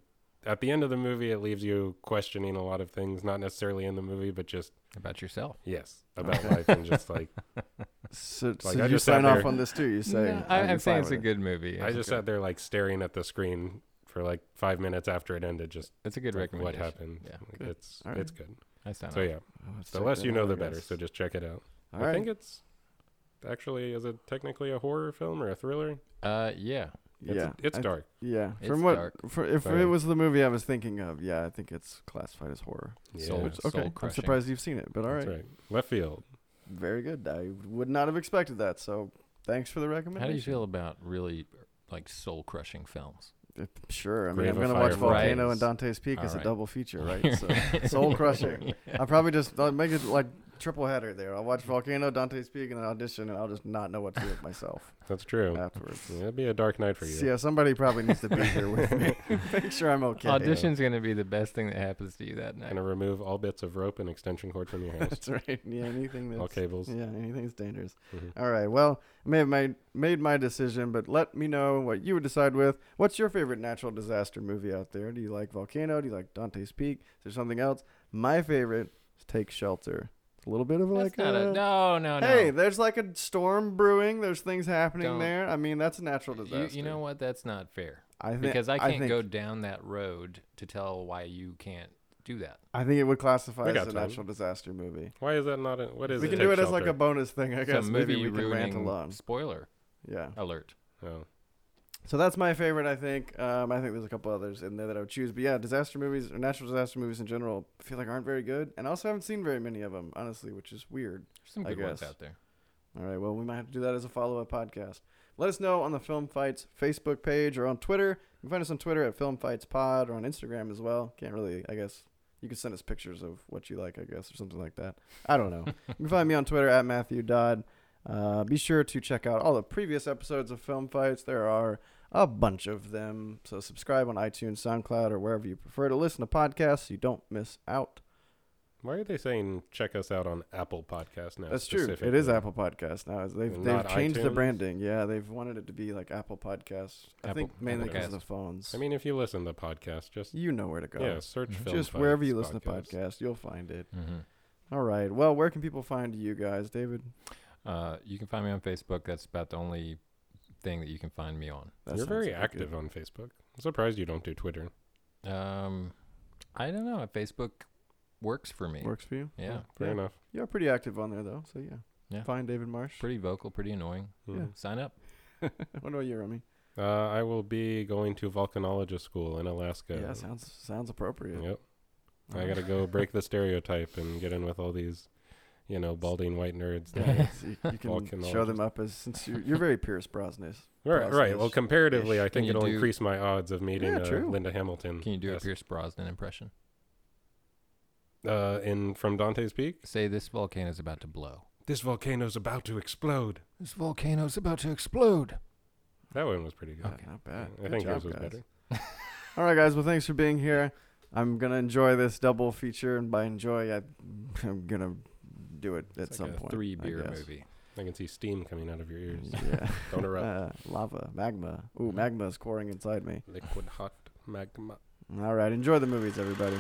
[SPEAKER 3] at the end of the movie, it leaves you questioning a lot of things, not necessarily in the movie, but just
[SPEAKER 4] About yourself.
[SPEAKER 3] yes, about
[SPEAKER 2] Okay.
[SPEAKER 3] life and just like
[SPEAKER 2] So, so
[SPEAKER 3] I
[SPEAKER 2] you
[SPEAKER 3] just
[SPEAKER 2] sign
[SPEAKER 3] sat
[SPEAKER 2] off
[SPEAKER 3] there-
[SPEAKER 2] on this too. You say.
[SPEAKER 4] No, I,
[SPEAKER 2] I'd be
[SPEAKER 4] I'm saying
[SPEAKER 2] fine
[SPEAKER 4] it's a
[SPEAKER 2] with it.
[SPEAKER 4] good movie.
[SPEAKER 3] I
[SPEAKER 4] It's a
[SPEAKER 3] just
[SPEAKER 4] good-
[SPEAKER 3] sat there like staring at the screen for like five minutes after it ended. Just
[SPEAKER 4] It's a good
[SPEAKER 3] like, what
[SPEAKER 4] recommendation.
[SPEAKER 3] happened?
[SPEAKER 4] Yeah.
[SPEAKER 3] Like,
[SPEAKER 2] Good.
[SPEAKER 3] it's
[SPEAKER 2] All right.
[SPEAKER 3] it's good.
[SPEAKER 4] I sound
[SPEAKER 3] So
[SPEAKER 4] off.
[SPEAKER 3] yeah,
[SPEAKER 2] Well, let's
[SPEAKER 3] the
[SPEAKER 2] check
[SPEAKER 3] less
[SPEAKER 2] that
[SPEAKER 3] you
[SPEAKER 2] out,
[SPEAKER 3] know,
[SPEAKER 2] I
[SPEAKER 3] the better.
[SPEAKER 2] guess.
[SPEAKER 3] So just check it out.
[SPEAKER 2] All
[SPEAKER 3] I
[SPEAKER 2] right.
[SPEAKER 3] think it's actually is it technically a horror film or a thriller?
[SPEAKER 4] Uh, yeah.
[SPEAKER 3] It's,
[SPEAKER 2] yeah,
[SPEAKER 3] it's
[SPEAKER 2] I-
[SPEAKER 3] dark.
[SPEAKER 2] Yeah,
[SPEAKER 4] It's
[SPEAKER 2] from what,
[SPEAKER 4] dark.
[SPEAKER 2] For, if
[SPEAKER 3] Sorry.
[SPEAKER 2] it was the movie I was thinking of, yeah, I think it's classified as horror.
[SPEAKER 3] Yeah,
[SPEAKER 4] Soul-
[SPEAKER 3] that's
[SPEAKER 2] Which, okay, I'm
[SPEAKER 4] crushing.
[SPEAKER 2] surprised you've seen it, but all right,
[SPEAKER 3] right. Left field.
[SPEAKER 2] very good. I would not have expected that, so thanks for the recommendation.
[SPEAKER 4] How do you feel about really like soul crushing films?
[SPEAKER 2] Uh, Sure, I mean,
[SPEAKER 3] Grave
[SPEAKER 2] I'm
[SPEAKER 3] of
[SPEAKER 2] gonna watch
[SPEAKER 3] Fireflies.
[SPEAKER 2] Volcano and Dante's Peak
[SPEAKER 4] All
[SPEAKER 2] as a
[SPEAKER 4] right.
[SPEAKER 2] double feature, right? So, soul crushing. I'll probably just I'll make it like triple header there. I'll watch Volcano, Dante's Peak, and an audition, and I'll just not know what to do with myself
[SPEAKER 3] That's true.
[SPEAKER 2] afterwards.
[SPEAKER 3] Yeah, It'd be a dark night for you.
[SPEAKER 2] So, yeah, somebody probably needs to be here with me. make sure I'm okay.
[SPEAKER 4] Audition's gonna be the best thing that happens to you that night.
[SPEAKER 3] Gonna remove all bits of rope and extension cord from your house.
[SPEAKER 2] That's right. Yeah, anything that's
[SPEAKER 3] all cables.
[SPEAKER 2] yeah, anything that's dangerous.
[SPEAKER 3] Mhm.
[SPEAKER 2] All right. Well, I may have made made my decision, but let me know what you would decide with. What's your favorite natural disaster movie out there? Do you like Volcano? Do you like Dante's Peak? Is there something else? My favorite is Take Shelter. It's a little bit of
[SPEAKER 4] That's
[SPEAKER 2] like
[SPEAKER 4] not
[SPEAKER 2] a,
[SPEAKER 4] a, no, no, no.
[SPEAKER 2] Hey, there's like a storm brewing. There's things happening
[SPEAKER 4] Don't.
[SPEAKER 2] there. I mean, that's a natural
[SPEAKER 4] you,
[SPEAKER 2] disaster.
[SPEAKER 4] you know what? That's not fair.
[SPEAKER 2] I think
[SPEAKER 4] because I can't
[SPEAKER 2] think,
[SPEAKER 4] go down that road to tell why you can't do that.
[SPEAKER 2] I think it would classify
[SPEAKER 3] We
[SPEAKER 2] as
[SPEAKER 3] got
[SPEAKER 2] a
[SPEAKER 3] time.
[SPEAKER 2] natural disaster movie.
[SPEAKER 3] Why is that not? A, what is
[SPEAKER 2] we
[SPEAKER 3] it?
[SPEAKER 2] can
[SPEAKER 3] Take
[SPEAKER 2] do it as like a
[SPEAKER 3] Shelter?
[SPEAKER 2] bonus thing, I
[SPEAKER 4] So
[SPEAKER 2] guess. Maybe
[SPEAKER 4] movie
[SPEAKER 2] we can rant
[SPEAKER 4] ruining
[SPEAKER 2] alone.
[SPEAKER 4] Spoiler
[SPEAKER 2] Yeah.
[SPEAKER 4] alert.
[SPEAKER 3] Oh.
[SPEAKER 2] So that's my favorite, I think. Um, I think there's a couple others in there that I would choose. But yeah, disaster movies or natural disaster movies in general I feel like aren't very good. And I also haven't seen very many of them, honestly, which is weird.
[SPEAKER 4] There's some
[SPEAKER 2] I
[SPEAKER 4] good ones
[SPEAKER 2] guess.
[SPEAKER 4] out there.
[SPEAKER 2] All right, well, we might have to do that as a follow up podcast. Let us know on the Film Fights Facebook page or on Twitter. You can find us on Twitter at Film Fights Pod or on Instagram as well. Can't really, I guess. You can send us pictures of what you like, I guess, or something like that. I don't know. you can find me on Twitter at Matthew Dodd. Uh, be sure to check out all the previous episodes of Film Fights. There are a bunch of them. So subscribe on iTunes, SoundCloud, or wherever you prefer to listen to podcasts so you don't miss out.
[SPEAKER 3] Why are they saying check us out on Apple Podcast now?
[SPEAKER 2] That's true. It
[SPEAKER 3] specifically?
[SPEAKER 2] is Apple Podcast now. They've
[SPEAKER 3] And
[SPEAKER 2] they've
[SPEAKER 3] not
[SPEAKER 2] changed the
[SPEAKER 3] iTunes?
[SPEAKER 2] branding. Yeah, they've wanted it to be like Apple Podcasts. I
[SPEAKER 4] Apple-
[SPEAKER 2] think mainly because of
[SPEAKER 4] Apple
[SPEAKER 2] the phones.
[SPEAKER 3] I mean, if you listen to podcasts, just
[SPEAKER 2] you know where to go.
[SPEAKER 3] yeah, search film
[SPEAKER 2] Just wherever
[SPEAKER 3] Fights
[SPEAKER 2] you listen
[SPEAKER 3] podcast.
[SPEAKER 2] to podcasts, you'll find it.
[SPEAKER 4] Mm-hmm.
[SPEAKER 2] All right. Well, where can people find you guys, David?
[SPEAKER 4] Uh, you can find me on Facebook. That's about the only thing that you can find me on.
[SPEAKER 2] That
[SPEAKER 3] You're
[SPEAKER 2] sounds
[SPEAKER 3] very
[SPEAKER 2] like a
[SPEAKER 3] active
[SPEAKER 2] good-
[SPEAKER 3] on Facebook. I'm surprised you don't do Twitter.
[SPEAKER 4] Um, I don't know. Facebook works for me.
[SPEAKER 2] Works for you.
[SPEAKER 4] Yeah,
[SPEAKER 3] Fair
[SPEAKER 2] Yeah.
[SPEAKER 3] enough.
[SPEAKER 2] You're pretty active on there though. So yeah.
[SPEAKER 4] Yeah.
[SPEAKER 2] Find David Marsh.
[SPEAKER 4] pretty vocal, pretty annoying.
[SPEAKER 3] Mm.
[SPEAKER 4] Sign up.
[SPEAKER 2] what about you, Remy?
[SPEAKER 3] Uh, I will be going to volcanologist school in Alaska.
[SPEAKER 2] Yeah, sounds sounds appropriate.
[SPEAKER 3] Yep.
[SPEAKER 2] All
[SPEAKER 3] I
[SPEAKER 2] right.
[SPEAKER 3] gotta go break the stereotype and get in with all these, you know, balding white nerds. that-
[SPEAKER 2] Yeah, so you, you can show
[SPEAKER 3] Volcanologist.
[SPEAKER 2] them up as since you're, you're very Pierce Brosnan.
[SPEAKER 3] right, right. Well,
[SPEAKER 2] Brosnan-ish.
[SPEAKER 3] comparatively, I
[SPEAKER 4] Can
[SPEAKER 3] think
[SPEAKER 4] you
[SPEAKER 3] it'll
[SPEAKER 4] do-
[SPEAKER 3] increase my odds of meeting
[SPEAKER 2] Yeah,
[SPEAKER 3] uh,
[SPEAKER 2] true.
[SPEAKER 3] Linda Hamilton.
[SPEAKER 4] Can you do
[SPEAKER 3] Yes.
[SPEAKER 4] a Pierce Brosnan impression?
[SPEAKER 3] Uh, in from Dante's Peak.
[SPEAKER 4] Say this volcano is about to blow.
[SPEAKER 3] This volcano's about to explode.
[SPEAKER 4] This volcano is about to explode.
[SPEAKER 3] That one was pretty good.
[SPEAKER 2] Okay, not bad.
[SPEAKER 3] I
[SPEAKER 2] Good
[SPEAKER 3] think
[SPEAKER 2] job,
[SPEAKER 3] yours was
[SPEAKER 2] guys.
[SPEAKER 3] better.
[SPEAKER 2] All right, guys. Well, thanks for being here. I'm gonna enjoy this double feature, and by enjoy, I, I'm gonna do it at
[SPEAKER 3] It's
[SPEAKER 2] some
[SPEAKER 3] like a
[SPEAKER 2] point.
[SPEAKER 4] Three
[SPEAKER 2] I
[SPEAKER 4] beer
[SPEAKER 2] guess.
[SPEAKER 4] movie.
[SPEAKER 3] I can see steam coming out of your ears.
[SPEAKER 2] Yeah.
[SPEAKER 3] Don't erupt.
[SPEAKER 2] Uh, lava, magma.
[SPEAKER 3] Uh-huh.
[SPEAKER 2] Ooh, magma is coring inside me.
[SPEAKER 3] Liquid hot magma.
[SPEAKER 2] All right, enjoy the movies, everybody.